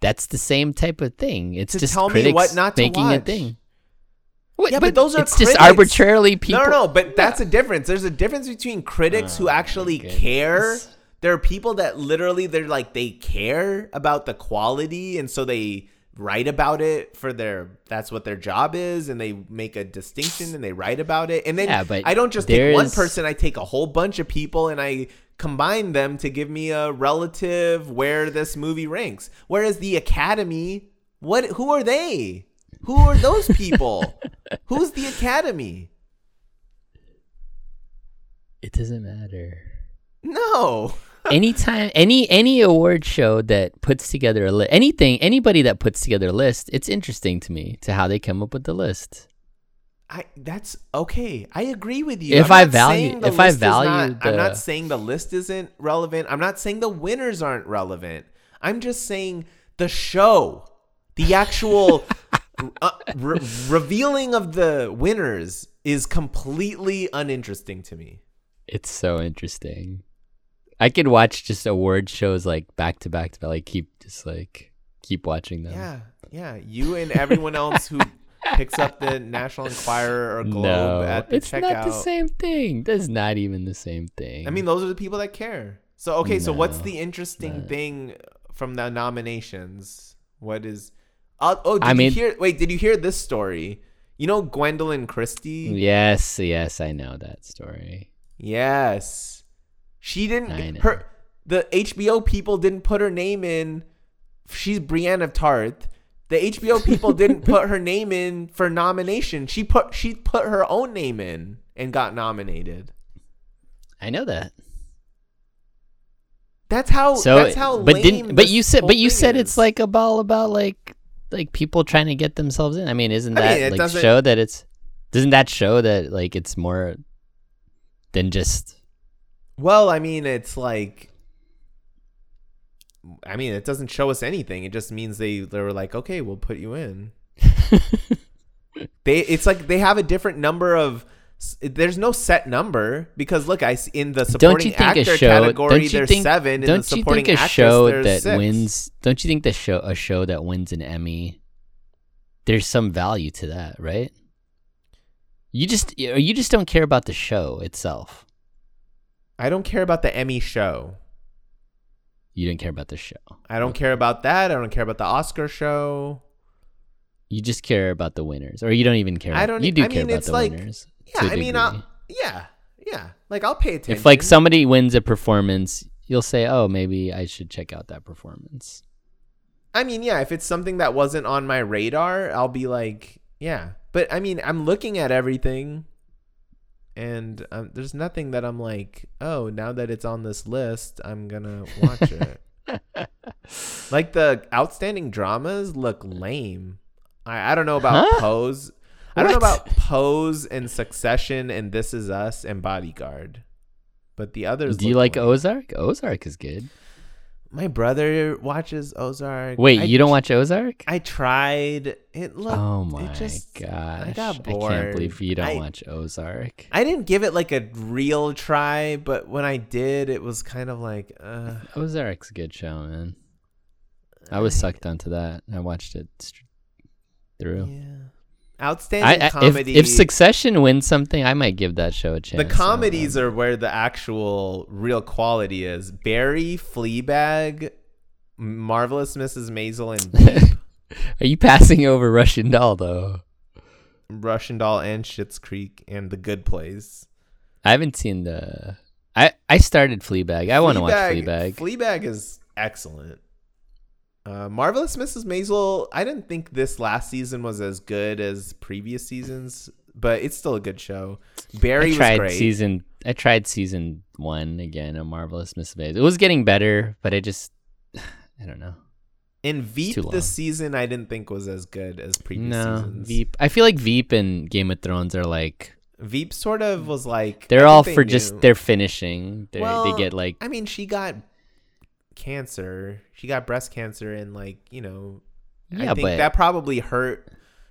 Speaker 1: That's the same type of thing. It's
Speaker 2: To
Speaker 1: just
Speaker 2: tell me
Speaker 1: critics
Speaker 2: what not to
Speaker 1: making a
Speaker 2: watch.
Speaker 1: thing. What,
Speaker 2: Yeah, but those are
Speaker 1: it's just
Speaker 2: critics.
Speaker 1: arbitrarily people.
Speaker 2: No, no, no, but that's a difference. There's a difference between critics
Speaker 1: Oh,
Speaker 2: who
Speaker 1: my
Speaker 2: actually
Speaker 1: goodness.
Speaker 2: care. There are people that literally they're like they care about the quality and so they write about it for their that's what their job is and they make a distinction and they write about it. And then
Speaker 1: Yeah, but
Speaker 2: I don't just take one
Speaker 1: there's-
Speaker 2: person, I take a whole bunch of people and I combine them to give me a relative where this movie ranks. Whereas the academy, what who are they? Who are those people? Who's the academy?
Speaker 1: It doesn't matter.
Speaker 2: No.
Speaker 1: anytime any any award show that puts together a list anything anybody that puts together a list it's interesting to me to how they come up with the list
Speaker 2: I that's okay. I agree with you.
Speaker 1: If
Speaker 2: I'm
Speaker 1: I
Speaker 2: not
Speaker 1: value-
Speaker 2: saying the
Speaker 1: if I
Speaker 2: list is
Speaker 1: value
Speaker 2: not- I'm
Speaker 1: the-
Speaker 2: not saying the list isn't relevant. I'm not saying the winners aren't relevant. I'm just saying the show, the actual uh, re- revealing of the winners is completely uninteresting to me.
Speaker 1: it's so interesting i could watch just award shows like back to back to back like keep just like keep watching them
Speaker 2: Yeah, yeah. You and everyone else who picks up the National Enquirer or Globe
Speaker 1: no,
Speaker 2: at the
Speaker 1: it's
Speaker 2: checkout.
Speaker 1: not the same thing. That's not even the same thing.
Speaker 2: I mean, those are the people that care. So okay, so what's
Speaker 1: No,
Speaker 2: the interesting
Speaker 1: not.
Speaker 2: thing from the nominations? What is? Oh, oh did
Speaker 1: I mean-
Speaker 2: you hear? Wait, did you hear this story? You know Gwendolyn Christie?
Speaker 1: yes, yes, I know that story.
Speaker 2: Yes, she
Speaker 1: I
Speaker 2: didn't.
Speaker 1: know.
Speaker 2: Her the HBO people didn't put her name in. She's Brienne of Tarth. The HBO people didn't put her name in for nomination. She put she put her own name in and got nominated.
Speaker 1: I know that.
Speaker 2: That's how.
Speaker 1: so,
Speaker 2: Oh, that's how.
Speaker 1: but
Speaker 2: lame
Speaker 1: didn't but
Speaker 2: this
Speaker 1: you said
Speaker 2: whole
Speaker 1: but you
Speaker 2: thing
Speaker 1: said
Speaker 2: is.
Speaker 1: it's like a ball about like like people trying to get themselves in. I mean, isn't
Speaker 2: I mean,
Speaker 1: that
Speaker 2: it
Speaker 1: like
Speaker 2: doesn't-
Speaker 1: show that it's doesn't that show that like it's more than just
Speaker 2: Well, I mean, it's like, I mean, it doesn't show us anything. It just means they they were like, okay, we'll put you in. they it's like they have a different number of. There's no set number because look, I s- in the
Speaker 1: don't
Speaker 2: supporting
Speaker 1: you think a
Speaker 2: actor
Speaker 1: show
Speaker 2: category
Speaker 1: don't you
Speaker 2: there's
Speaker 1: think
Speaker 2: seven. in the
Speaker 1: don't you
Speaker 2: supporting
Speaker 1: think a
Speaker 2: actress,
Speaker 1: show
Speaker 2: there's
Speaker 1: that
Speaker 2: six.
Speaker 1: wins don't you think the show a show that wins an Emmy there's some value to that, right? You just or you just don't care about the show itself.
Speaker 2: I don't care about the Emmy show.
Speaker 1: You didn't care about the show.
Speaker 2: I don't care about that. I don't care about the Oscar show.
Speaker 1: You just care about the winners, or you don't even care.
Speaker 2: I
Speaker 1: about-
Speaker 2: don't
Speaker 1: You
Speaker 2: e-
Speaker 1: do
Speaker 2: I
Speaker 1: care
Speaker 2: mean,
Speaker 1: about
Speaker 2: it's
Speaker 1: the
Speaker 2: like-
Speaker 1: winners.
Speaker 2: Yeah,
Speaker 1: to a
Speaker 2: I mean,
Speaker 1: degree.
Speaker 2: I'll, yeah, yeah. Like I'll pay attention.
Speaker 1: if like somebody wins a performance, you'll say, "Oh, maybe I should check out that performance."
Speaker 2: I mean, yeah, if it's something that wasn't on my radar, I'll be like, yeah. But I mean, I'm looking at everything, and um, there's nothing that I'm like, oh, now that it's on this list, I'm gonna watch it. like the outstanding dramas look lame. I, I don't know about
Speaker 1: Huh?
Speaker 2: Pose. I don't know
Speaker 1: What?
Speaker 2: about Pose and Succession and This Is Us and Bodyguard, but the others.
Speaker 1: Do you
Speaker 2: look
Speaker 1: like
Speaker 2: lame.
Speaker 1: Ozark? Ozark is good.
Speaker 2: My brother watches Ozark.
Speaker 1: Wait,
Speaker 2: I
Speaker 1: you don't watch Ozark?
Speaker 2: I tried. It looked.
Speaker 1: oh my
Speaker 2: it just,
Speaker 1: gosh!
Speaker 2: I got bored.
Speaker 1: can't believe you don't
Speaker 2: I-
Speaker 1: watch Ozark.
Speaker 2: I didn't give it like a real try, but when I did, it was kind of like, uh,
Speaker 1: Ozark's a good show, man. I was sucked onto that. I watched it str- through.
Speaker 2: yeah.
Speaker 1: I,
Speaker 2: Outstanding
Speaker 1: I, if,
Speaker 2: comedy.
Speaker 1: if Succession wins something, I might give that show a chance.
Speaker 2: the comedies are where the actual real quality is. Barry, Fleabag, Marvelous Mrs. Maisel, and Veep,
Speaker 1: Are you passing over Russian Doll though?
Speaker 2: Russian Doll, and Schitt's Creek, and The Good Place.
Speaker 1: I haven't seen the. I I started Fleabag. I want to watch Fleabag.
Speaker 2: Fleabag is excellent. Uh, Marvelous Mrs. Maisel. I didn't think this last season was as good as previous seasons, but it's still a good show. Barry
Speaker 1: I tried
Speaker 2: was great.
Speaker 1: season. I tried season one again. A marvelous Miss Maisel. It was getting better, but I just. I don't know.
Speaker 2: and Veep
Speaker 1: too long.
Speaker 2: this season, I didn't think was as good as previous
Speaker 1: no
Speaker 2: seasons.
Speaker 1: Veep. I feel like Veep and Game of Thrones are like
Speaker 2: Veep sort of was like I
Speaker 1: they're
Speaker 2: think
Speaker 1: all
Speaker 2: they
Speaker 1: for just
Speaker 2: knew.
Speaker 1: they're finishing. They they
Speaker 2: Well,
Speaker 1: get like
Speaker 2: I mean, she got cancer. She got breast cancer, and like you know, I
Speaker 1: Yeah,
Speaker 2: think
Speaker 1: but-
Speaker 2: that probably hurt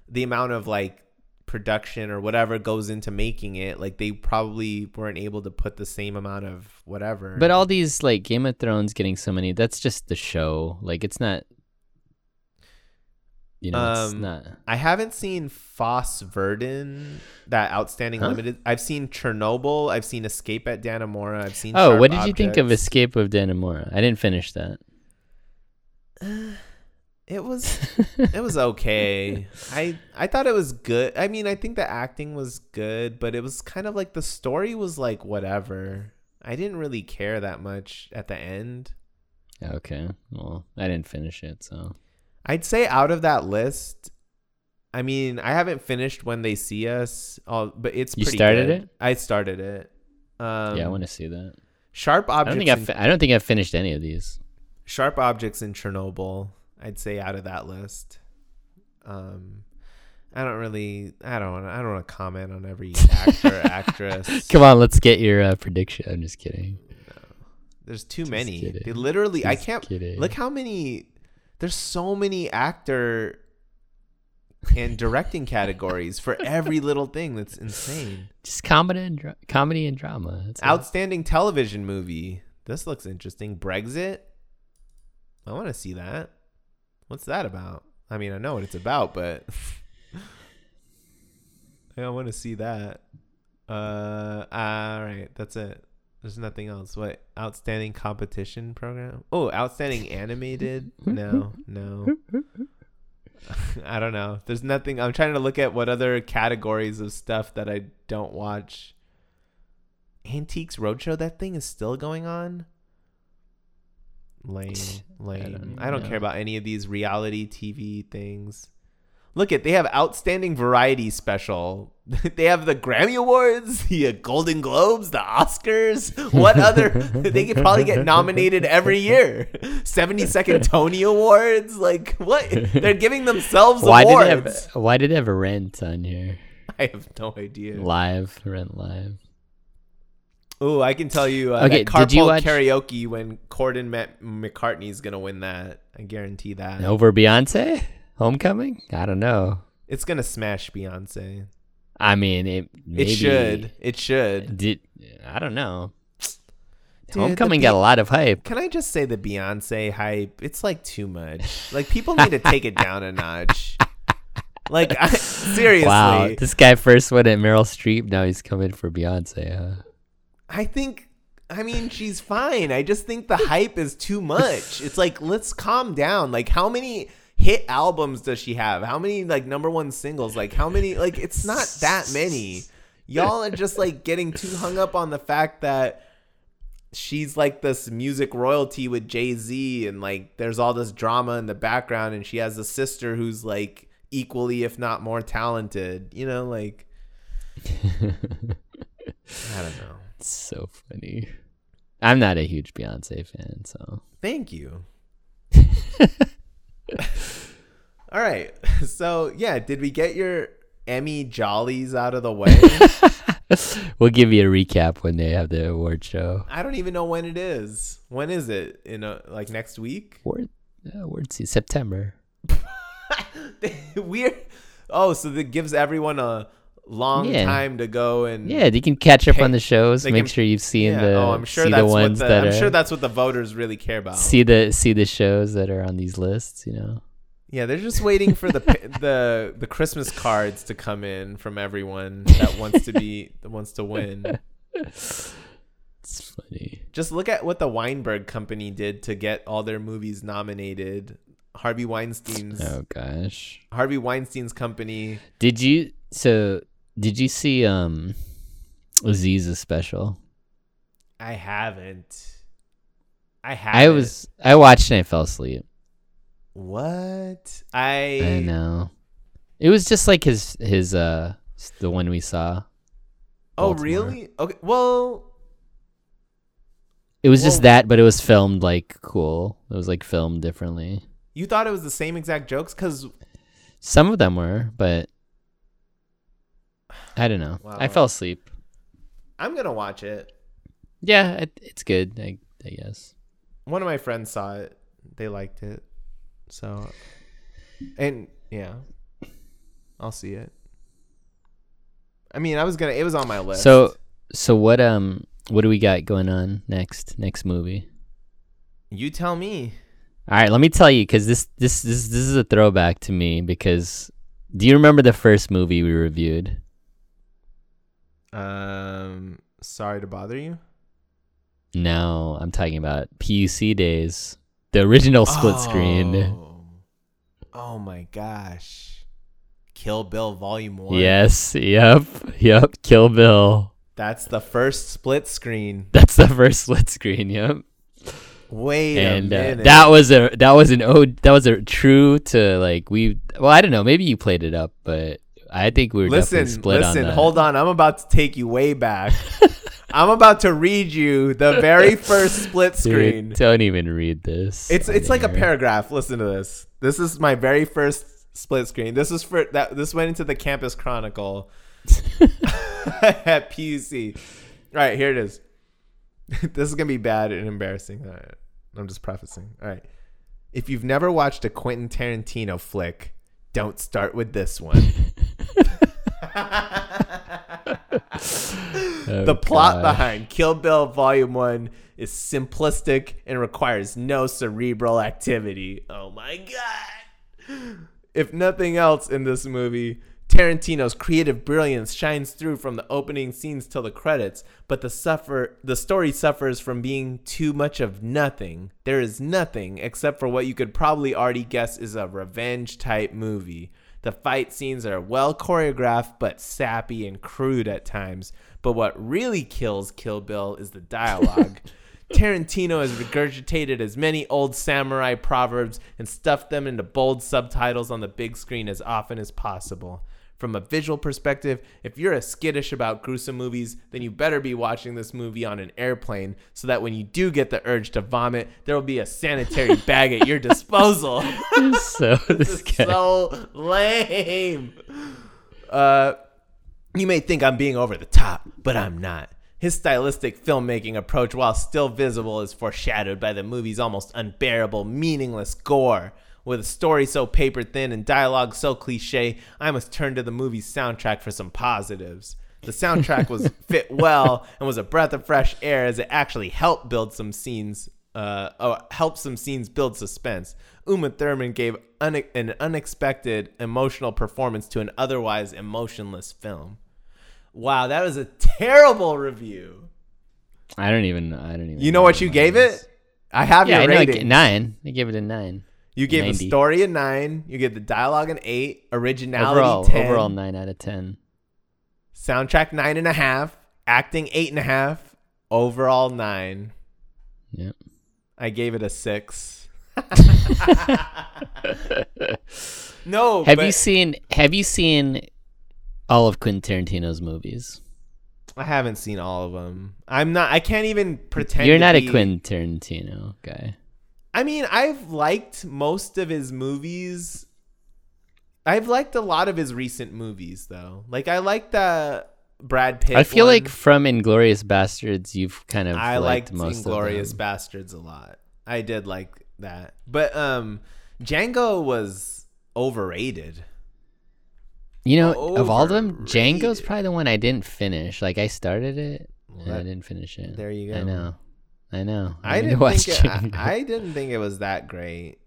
Speaker 2: the amount of like production or whatever goes into making it. Like they probably weren't able to put the same amount of whatever.
Speaker 1: But all these like Game of Thrones getting so many, that's just the show. Like it's not you know, it's
Speaker 2: Um,
Speaker 1: not
Speaker 2: I haven't seen Foss Verdon, that outstanding
Speaker 1: Huh?
Speaker 2: limited. I've seen Chernobyl. I've seen Escape at Danamora. I've seen.
Speaker 1: Oh,
Speaker 2: Sharp
Speaker 1: what did you think of
Speaker 2: Objects.
Speaker 1: Escape of Danamora? I didn't finish that.
Speaker 2: It was it was okay. I I thought it was good. I mean, I think the acting was good, but it was kind of like the story was like whatever. I didn't really care that much at the end.
Speaker 1: Okay. Well, I didn't finish it, so
Speaker 2: I'd say out of that list, I mean, I haven't finished when they see us. All, but it's
Speaker 1: You
Speaker 2: pretty
Speaker 1: started
Speaker 2: good.
Speaker 1: it?
Speaker 2: I started it. Um,
Speaker 1: yeah, I want to see that.
Speaker 2: sharp
Speaker 1: I don't
Speaker 2: objects.
Speaker 1: think I
Speaker 2: in-
Speaker 1: fi- I don't think I've finished any of these.
Speaker 2: sharp objects in Chernobyl. I'd say out of that list. Um, I don't really. I don't. wanna- I don't want to comment on every actor actress.
Speaker 1: Come on, let's get your uh, prediction. I'm just kidding.
Speaker 2: There's too many.
Speaker 1: kidding.
Speaker 2: They literally. I
Speaker 1: Just
Speaker 2: can't.
Speaker 1: kidding.
Speaker 2: Look how many. There's so many actor and directing categories for every little thing. That's insane.
Speaker 1: Just comedy and dra- comedy and drama. That's all.
Speaker 2: Outstanding television movie. This looks interesting. Brexit. I want to see that. What's that about? I mean, I know what it's about, but I want to see that. Uh, all right, that's it. There's nothing else. What outstanding competition program? Oh, outstanding animated? No, no. I don't know. There's nothing. I'm trying to look at what other categories of stuff that I don't watch. Antiques Roadshow. That thing is still going on. Lame, lame. I don't,
Speaker 1: don't know.
Speaker 2: care about any of these reality TV things. Look at they have outstanding variety special. they have the Grammy Awards, the uh, Golden Globes, the Oscars. What other? they could probably get nominated every year. Seventy second Tony Awards. Like what? They're giving themselves
Speaker 1: Why did
Speaker 2: awards.
Speaker 1: it have Why did it have rent on here?
Speaker 2: I have no idea.
Speaker 1: Live rent live.
Speaker 2: Ooh, I can tell you. Uh,
Speaker 1: Okay,
Speaker 2: that
Speaker 1: did you
Speaker 2: carpool
Speaker 1: watch-
Speaker 2: karaoke when Corden met McCartney's gonna win that. I guarantee that.
Speaker 1: Over Beyonce, Homecoming. I don't know.
Speaker 2: It's gonna smash Beyonce.
Speaker 1: I mean, it. Maybe,
Speaker 2: It should. It should.
Speaker 1: Did I don't know.
Speaker 2: Dude,
Speaker 1: Homecoming
Speaker 2: the
Speaker 1: got a lot of hype.
Speaker 2: Can I just say the Beyonce hype? It's like too much. Like people need to take it down a notch. Like I, seriously,
Speaker 1: Wow, this guy first went at Meryl Streep. Now he's coming for Beyonce. Huh?
Speaker 2: I think. I mean, she's fine. I just think the hype is too much. It's like let's calm down. Like how many hit albums does she have? How many like number one singles? Like how many? Like it's not that many. Y'all are just like getting too hung up on the fact that she's like this music royalty with Jay Z, and like there's all this drama in the background, and she has a sister who's like equally, if not more, talented. You know, like I don't know.
Speaker 1: It's so funny. I'm not a huge Beyonce fan, so
Speaker 2: Thank you. All right. So yeah, did we get your Emmy jollies out of the way?
Speaker 1: we'll give you a recap when they have the award show.
Speaker 2: I don't even know when it is. When is it? In a, like next week?
Speaker 1: Award, uh, award season September.
Speaker 2: We're oh, so that gives everyone a long
Speaker 1: Yeah.
Speaker 2: time to go and
Speaker 1: Yeah, you can catch up
Speaker 2: Hey,
Speaker 1: on the shows.
Speaker 2: they
Speaker 1: Make
Speaker 2: can-
Speaker 1: sure you've seen
Speaker 2: yeah.
Speaker 1: the
Speaker 2: oh, I'm sure
Speaker 1: see
Speaker 2: that's
Speaker 1: the ones
Speaker 2: what the,
Speaker 1: that
Speaker 2: I'm
Speaker 1: are,
Speaker 2: sure that's what the voters really care about.
Speaker 1: see the see the shows that are on these lists. You know,
Speaker 2: Yeah, they're just waiting for the pa- the the Christmas cards to come in from everyone that wants to be that wants to win.
Speaker 1: it's funny.
Speaker 2: Just look at what the Weinberg Company did to get all their movies nominated. Harvey Weinstein's
Speaker 1: Oh gosh,
Speaker 2: Harvey Weinstein's company.
Speaker 1: did you so did you see um Aziza's special?
Speaker 2: I haven't. I haven't.
Speaker 1: I was I watched and I fell asleep.
Speaker 2: what I.
Speaker 1: I know. It was just like his his uh s- the one we saw.
Speaker 2: Oh
Speaker 1: Baltimore.
Speaker 2: really? Okay. Well,
Speaker 1: It was just
Speaker 2: Well-
Speaker 1: that, but it was filmed like cool. It was like filmed differently.
Speaker 2: you thought it was the same exact jokes because
Speaker 1: Some of them were, but I don't know.
Speaker 2: Wow.
Speaker 1: I fell asleep.
Speaker 2: I'm gonna watch it.
Speaker 1: Yeah, it, it's good. I, I guess.
Speaker 2: one of my friends saw it. They liked it. So and yeah. I'll see it. I mean, I was going to it was on my list.
Speaker 1: So so what um what do we got going on next next movie?
Speaker 2: you tell me.
Speaker 1: All right, let me tell you because this this this this is a throwback to me because do you remember the first movie we reviewed?
Speaker 2: Um sorry to bother you.
Speaker 1: No, I'm talking about PUC days, the original split screen.
Speaker 2: Oh. Oh my gosh. Kill Bill Volume 1.
Speaker 1: Yes, yep, yep. Kill Bill.
Speaker 2: That's the first split screen.
Speaker 1: That's the first split screen. Yep.
Speaker 2: Wait
Speaker 1: and
Speaker 2: a
Speaker 1: uh,
Speaker 2: minute.
Speaker 1: that was a that was an ode that was a true to like we well I don't know maybe you played it up but I think we were
Speaker 2: listen,
Speaker 1: definitely split
Speaker 2: listen,
Speaker 1: on that.
Speaker 2: hold on. I'm about to take you way back. I'm about to read you the very first split
Speaker 1: Dude,
Speaker 2: screen.
Speaker 1: don't even read this.
Speaker 2: It's
Speaker 1: on
Speaker 2: it's like a
Speaker 1: air.
Speaker 2: paragraph. Listen to this. This is my very first split screen. This is for that. This went into the Campus Chronicle at PUC. All right, here it is. this is gonna be bad and embarrassing. All right, I'm just prefacing. All right, if you've never watched a Quentin Tarantino flick, don't start with this one.
Speaker 1: Oh,
Speaker 2: the plot
Speaker 1: God.
Speaker 2: behind Kill Bill Volume 1 is simplistic and requires no cerebral activity. Oh my god. If nothing else in this movie, Tarantino's creative brilliance shines through from the opening scenes till the credits, but the suffer the story suffers from being too much of nothing. There is nothing except for what you could probably already guess is a revenge type movie. The fight scenes are well choreographed but sappy and crude at times, but what really kills Kill Bill is the dialogue. Tarantino has regurgitated as many old samurai proverbs and stuffed them into bold subtitles on the big screen as often as possible. From a visual perspective, if you're a skittish about gruesome movies, then you better be watching this movie on an airplane so that when you do get the urge to vomit, there will be a sanitary bag at your disposal.
Speaker 1: so this
Speaker 2: This is
Speaker 1: guy.
Speaker 2: so lame. Uh, you may think I'm being over the top, but I'm not. His stylistic filmmaking approach, while still visible, is foreshadowed by the movie's almost unbearable, meaningless gore. With a story so paper thin and dialogue so cliche, I must turn to the movie's soundtrack for some positives. The soundtrack was fit well and was a breath of fresh air as it actually helped build some scenes uh, oh, help some scenes build suspense. Uma Thurman gave une- an unexpected emotional performance to an otherwise emotionless film. Wow, that was a terrible review.
Speaker 1: I don't even. I don't even.
Speaker 2: You know what you
Speaker 1: mine
Speaker 2: gave
Speaker 1: is.
Speaker 2: it? I have
Speaker 1: Yeah, I
Speaker 2: your
Speaker 1: know. I
Speaker 2: rating.
Speaker 1: g- nine. I give it a nine.
Speaker 2: you gave the
Speaker 1: 90.
Speaker 2: story a nine. You gave the dialogue an eight. Originality
Speaker 1: overall,
Speaker 2: ten.
Speaker 1: overall nine out of ten.
Speaker 2: Soundtrack nine and a half. Acting eight and a half. Overall nine.
Speaker 1: Yeah.
Speaker 2: I gave it a six. No.
Speaker 1: have
Speaker 2: but-
Speaker 1: you seen? Have you seen all of Quentin Tarantino's movies?
Speaker 2: I haven't seen all of them. I'm not. I can't even pretend.
Speaker 1: You're
Speaker 2: to
Speaker 1: not
Speaker 2: be-
Speaker 1: a Quentin Tarantino guy.
Speaker 2: I mean, I've liked most of his movies. I've liked a lot of his recent movies, though. Like I like the Brad Pitt.
Speaker 1: I feel
Speaker 2: one.
Speaker 1: like from Inglorious Bastards, you've kind of
Speaker 2: I
Speaker 1: liked
Speaker 2: liked
Speaker 1: most
Speaker 2: Inglorious
Speaker 1: of them.
Speaker 2: Bastards a lot. I did like that, but um, Django was overrated.
Speaker 1: You know, of all of them, Django's
Speaker 2: Overrated.
Speaker 1: probably the one I didn't finish. Like I started it and I
Speaker 2: that-
Speaker 1: didn't finish it.
Speaker 2: there you
Speaker 1: I
Speaker 2: go.
Speaker 1: know. I know.
Speaker 2: I
Speaker 1: need to
Speaker 2: didn't
Speaker 1: watch
Speaker 2: think it, I,
Speaker 1: Django.
Speaker 2: I didn't think it was that great.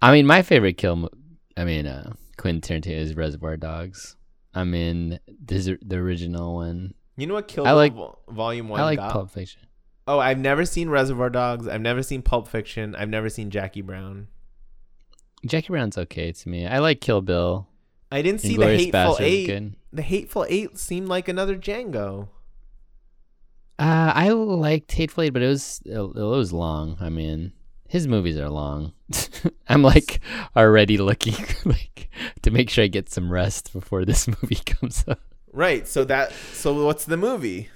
Speaker 1: I mean, my favorite kill, mo- I mean, uh, Quentin Tarantino is Reservoir Dogs. I mean, this, the original one.
Speaker 2: You know what killed
Speaker 1: I
Speaker 2: Bill
Speaker 1: like-
Speaker 2: Vol- Volume One?
Speaker 1: I like
Speaker 2: got?
Speaker 1: Pulp Fiction.
Speaker 2: Oh, I've never seen Reservoir Dogs. I've never seen Pulp Fiction. I've never seen Jackie Brown.
Speaker 1: Jackie Brown's okay to me. I like Kill Bill.
Speaker 2: I didn't see
Speaker 1: Inglourious
Speaker 2: the Hateful
Speaker 1: Basterds
Speaker 2: Eight.
Speaker 1: good.
Speaker 2: The Hateful Eight seemed like another Django.
Speaker 1: Uh, I liked Hateful Eight, but it was it, was long. I mean, his movies are long. I'm like already looking like to make sure I get some rest before this movie comes up.
Speaker 2: Right. So that. So what's the movie?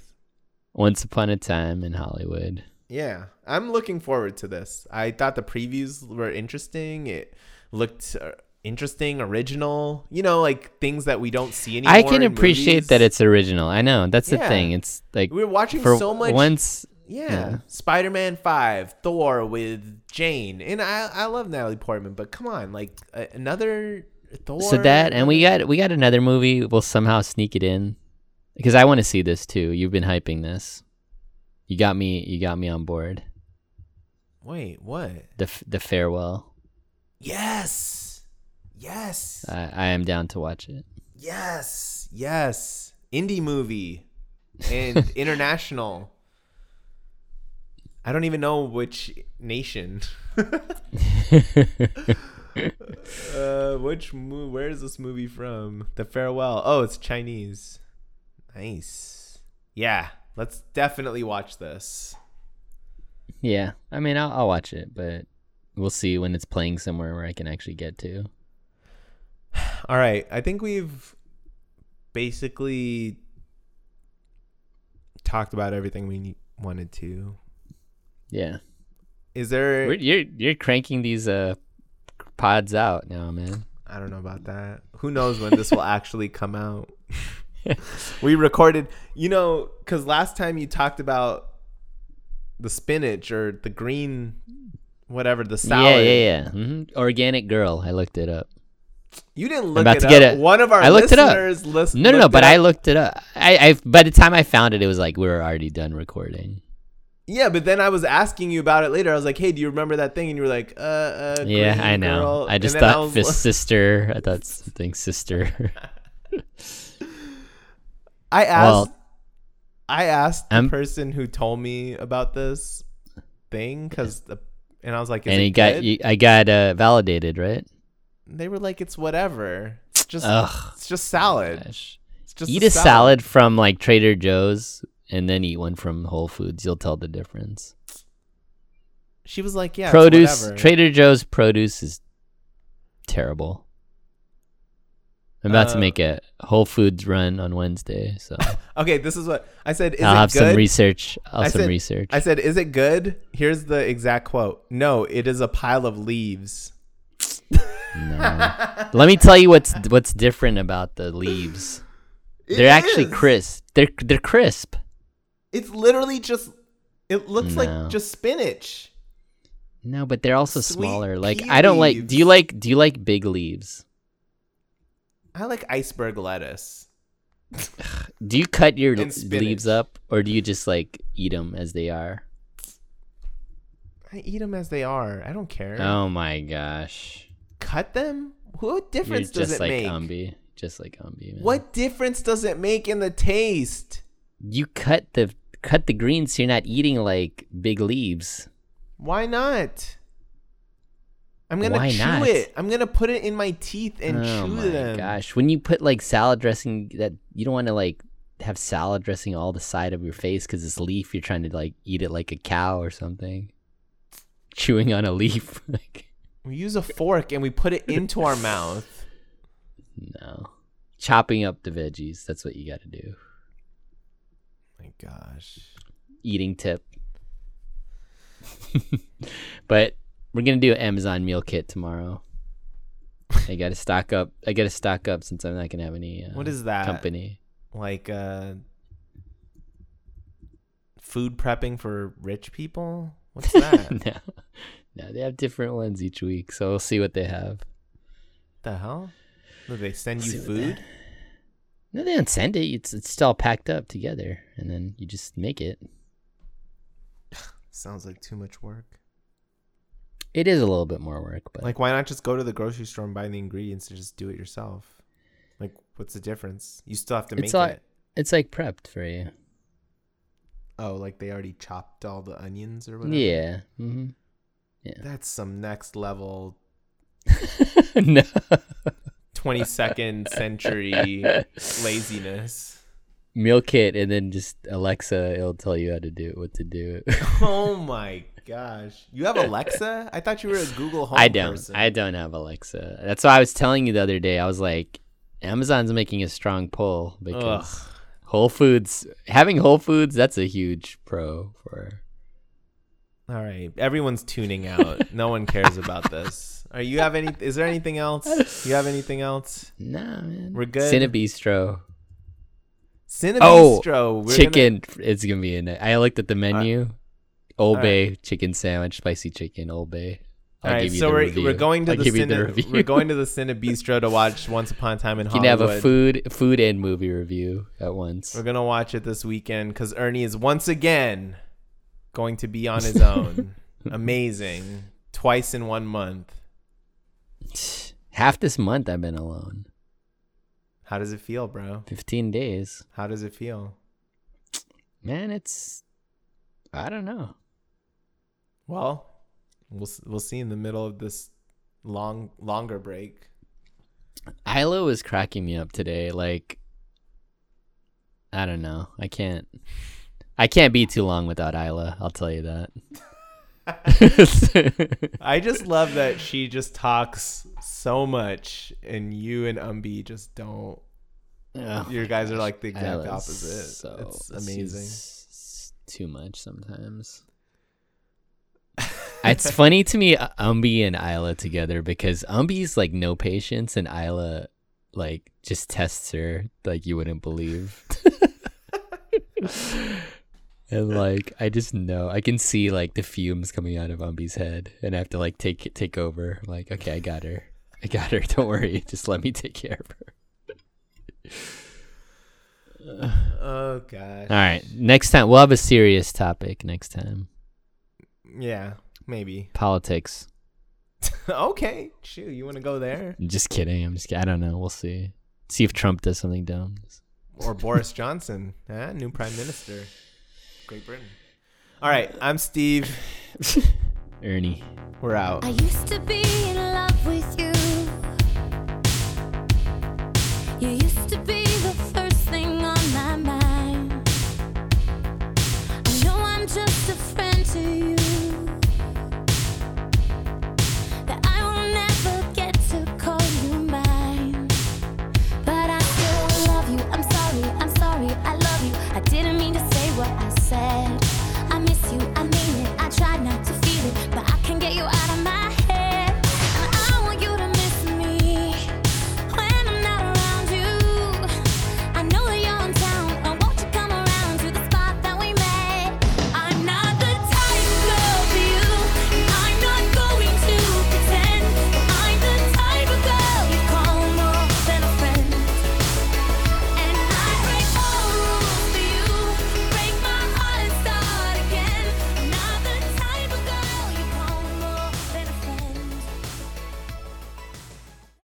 Speaker 1: Once upon a time in Hollywood.
Speaker 2: Yeah, I'm looking forward to this. I thought the previews were interesting. It looked uh, interesting, original. You know, like things that we don't see anymore.
Speaker 1: I can
Speaker 2: in
Speaker 1: appreciate
Speaker 2: movies.
Speaker 1: that it's original. I know that's the
Speaker 2: Yeah.
Speaker 1: thing. It's like
Speaker 2: We're watching
Speaker 1: for
Speaker 2: so much.
Speaker 1: once.
Speaker 2: Yeah.
Speaker 1: Yeah.
Speaker 2: Spider Man 5, Thor with Jane. And I, I love Natalie Portman, but come on, like a, another Thor.
Speaker 1: So that and we got we got another movie. We'll somehow sneak it in because I want to see this too. You've been hyping this. You got me. You got me on board.
Speaker 2: Wait, what?
Speaker 1: The f- the farewell.
Speaker 2: Yes. Yes.
Speaker 1: I, I am down to watch it.
Speaker 2: yes. Yes. Indie movie and international. I don't even know which nation. uh, which mo- where is this movie from? The Farewell. Oh, it's Chinese. Nice. Yeah, let's definitely watch this.
Speaker 1: yeah, I mean I'll, I'll watch it, but we'll see when it's playing somewhere where I can actually get to.
Speaker 2: All right, I think we've basically talked about everything we ne- wanted to.
Speaker 1: Yeah,
Speaker 2: Is there
Speaker 1: We're, you're you're cranking these uh pods out now, man.
Speaker 2: I don't know about that. Who knows when this will actually come out? we recorded, you know, because last time you talked about the spinach or the green, whatever the salad.
Speaker 1: Yeah, yeah, yeah. hmm Organic girl. I looked it up.
Speaker 2: You didn't look
Speaker 1: about
Speaker 2: it
Speaker 1: to
Speaker 2: up.
Speaker 1: get it.
Speaker 2: One of our
Speaker 1: I looked it up.
Speaker 2: listeners lis-
Speaker 1: No, no, no.
Speaker 2: looked
Speaker 1: But
Speaker 2: it
Speaker 1: I
Speaker 2: up.
Speaker 1: looked it up. I, I by the time I found it, it was like we were already done recording.
Speaker 2: yeah, but then I was asking you about it later. I was like, "Hey, do you remember that thing?" And you were like, "Uh, uh
Speaker 1: yeah,
Speaker 2: green
Speaker 1: I know.
Speaker 2: girl.
Speaker 1: I
Speaker 2: And
Speaker 1: just
Speaker 2: then
Speaker 1: thought
Speaker 2: was
Speaker 1: fis-
Speaker 2: li-
Speaker 1: sister. I thought something sister.
Speaker 2: I asked.
Speaker 1: Well,
Speaker 2: I asked the
Speaker 1: I'm-
Speaker 2: person who told me about this thing because the and I was like, Is
Speaker 1: and
Speaker 2: it
Speaker 1: it got
Speaker 2: good?"
Speaker 1: you, I got uh, validated, right?
Speaker 2: They were like, it's whatever. It's just
Speaker 1: Ugh. Oh
Speaker 2: it's just salad.
Speaker 1: Gosh.
Speaker 2: It's just
Speaker 1: Eat a salad from like Trader Joe's and then eat one from Whole Foods. You'll tell the difference.
Speaker 2: She was like, yeah, it's
Speaker 1: produce
Speaker 2: whatever.
Speaker 1: Trader Joe's produce is terrible. I'm about to
Speaker 2: Uh,
Speaker 1: make a Whole Foods run on Wednesday, so
Speaker 2: Okay, this is what I said. Is
Speaker 1: I'll
Speaker 2: it
Speaker 1: have
Speaker 2: good?
Speaker 1: some research. I'll
Speaker 2: I
Speaker 1: have some
Speaker 2: said-
Speaker 1: research.
Speaker 2: I said, is it good? Here's the exact quote. No, it is a pile of leaves.
Speaker 1: No. Let me tell you what's what's different about the leaves.
Speaker 2: It
Speaker 1: they're actually
Speaker 2: is.
Speaker 1: crisp. They're they're crisp.
Speaker 2: It's literally just. It looks
Speaker 1: No.
Speaker 2: like just spinach.
Speaker 1: No, but they're also
Speaker 2: Sweet
Speaker 1: smaller. Like
Speaker 2: pea
Speaker 1: I don't like. Do you
Speaker 2: leaves.
Speaker 1: like do you like big leaves?
Speaker 2: I like iceberg lettuce.
Speaker 1: Do you cut your
Speaker 2: And
Speaker 1: l-
Speaker 2: spinach.
Speaker 1: leaves up or do you just like eat them as they are?
Speaker 2: I eat them as they are. I don't care.
Speaker 1: Oh my gosh.
Speaker 2: Cut them. What
Speaker 1: You're
Speaker 2: difference does
Speaker 1: just
Speaker 2: it
Speaker 1: like
Speaker 2: make?
Speaker 1: Umbi. Just like Umbi. Man.
Speaker 2: What difference does it make in the taste?
Speaker 1: You cut the cut the greens so you're not eating like big leaves.
Speaker 2: Why not? I'm gonna
Speaker 1: Why
Speaker 2: chew
Speaker 1: not?
Speaker 2: it. I'm gonna put it in my teeth and
Speaker 1: oh
Speaker 2: chew
Speaker 1: my
Speaker 2: them.
Speaker 1: gosh. When you put like salad dressing that you don't want to like have salad dressing all the side of your face cuz it's leaf you're trying to like eat it like a cow or something. Chewing on a leaf like
Speaker 2: We use a fork and we put it into our mouth.
Speaker 1: no. Chopping up the veggies, that's what you got to do.
Speaker 2: my gosh.
Speaker 1: eating tip. but we're gonna do an Amazon meal kit tomorrow. I gotta stock up. I gotta stock up since I'm not gonna have any. Uh,
Speaker 2: What is that?
Speaker 1: company?
Speaker 2: Like uh food prepping for rich people? What's that?
Speaker 1: no, no, they have different ones each week, so we'll see what they have.
Speaker 2: the hell? Do they send you
Speaker 1: See what
Speaker 2: food?
Speaker 1: No, they don't send it. It's it's all packed up together, and then you just make it.
Speaker 2: Sounds like too much work.
Speaker 1: It is a little bit more work, but
Speaker 2: Like why not just go to the grocery store and buy the ingredients and just do it yourself? Like what's the difference? You still have to make
Speaker 1: it's like
Speaker 2: it.
Speaker 1: it's like prepped for you.
Speaker 2: Oh, like they already chopped all the onions or whatever.
Speaker 1: Yeah. hmm
Speaker 2: That's some next level
Speaker 1: no.
Speaker 2: 22nd century laziness.
Speaker 1: meal kit and then just Alexa, it'll tell you how to do it, what to do.
Speaker 2: Oh my gosh. You have Alexa? I thought you were a Google Home
Speaker 1: I don't.
Speaker 2: person.
Speaker 1: I don't have Alexa. That's why I was telling you the other day. I was like, Amazon's making a strong pull because
Speaker 2: Ugh.
Speaker 1: Whole Foods having Whole Foods, that's a huge pro for
Speaker 2: All right. Everyone's tuning out. No one cares about this. Are you have any is there anything else? You have anything else?
Speaker 1: Nah man.
Speaker 2: We're good.
Speaker 1: Cinebistro. Oh,
Speaker 2: Cinebistro. Oh,
Speaker 1: chicken it's gonna be in it. I looked at the menu. Old
Speaker 2: all
Speaker 1: Bay chicken sandwich, spicy chicken, Old Bay. I'll
Speaker 2: All right,
Speaker 1: give you
Speaker 2: so
Speaker 1: the
Speaker 2: we're,
Speaker 1: review.
Speaker 2: we're going to
Speaker 1: I'll
Speaker 2: the,
Speaker 1: give you
Speaker 2: Cine-
Speaker 1: review.
Speaker 2: we're going to the Cinebistro to watch Once Upon a Time in
Speaker 1: You can
Speaker 2: Hollywood.
Speaker 1: have a food food and movie review at once.
Speaker 2: We're gonna watch it this weekend because Ernie is once again going to be on his own. Amazing. Twice in one month.
Speaker 1: Half this month I've been alone.
Speaker 2: How does it feel, bro?
Speaker 1: 15 days.
Speaker 2: How does it feel?
Speaker 1: Man, it's I don't know.
Speaker 2: Well, we'll s- we'll see in the middle of this long longer break.
Speaker 1: Hilo was cracking me up today like I don't know. I can't I can't be too long without Isla, I'll tell you that.
Speaker 2: I just love that she just talks so much, and you and Umbi just don't.
Speaker 1: Ugh,
Speaker 2: Your guys are like the exact
Speaker 1: Isla's
Speaker 2: opposite.
Speaker 1: so-
Speaker 2: it's
Speaker 1: she's
Speaker 2: amazing.
Speaker 1: s- Too much sometimes. it's funny to me uh, umbi and isla together because umbi's like no patience and isla like just tests her like you wouldn't believe and like i just know i can see like the fumes coming out of umbi's head and i have to like take take over I'm like okay i got her i got her don't worry just let me take care of her
Speaker 2: Oh gosh.
Speaker 1: all right next time we'll have a serious topic next time
Speaker 2: Yeah, maybe.
Speaker 1: politics
Speaker 2: okay. Shoot, you want to go there?
Speaker 1: just kidding i'm just kid- i don't know we'll see See if Trump does something dumb.
Speaker 2: or Boris Johnson, eh? new prime minister, Great Britain. All right, I'm Steve.
Speaker 1: Ernie.
Speaker 2: We're out.
Speaker 4: I used to be in love with you. You used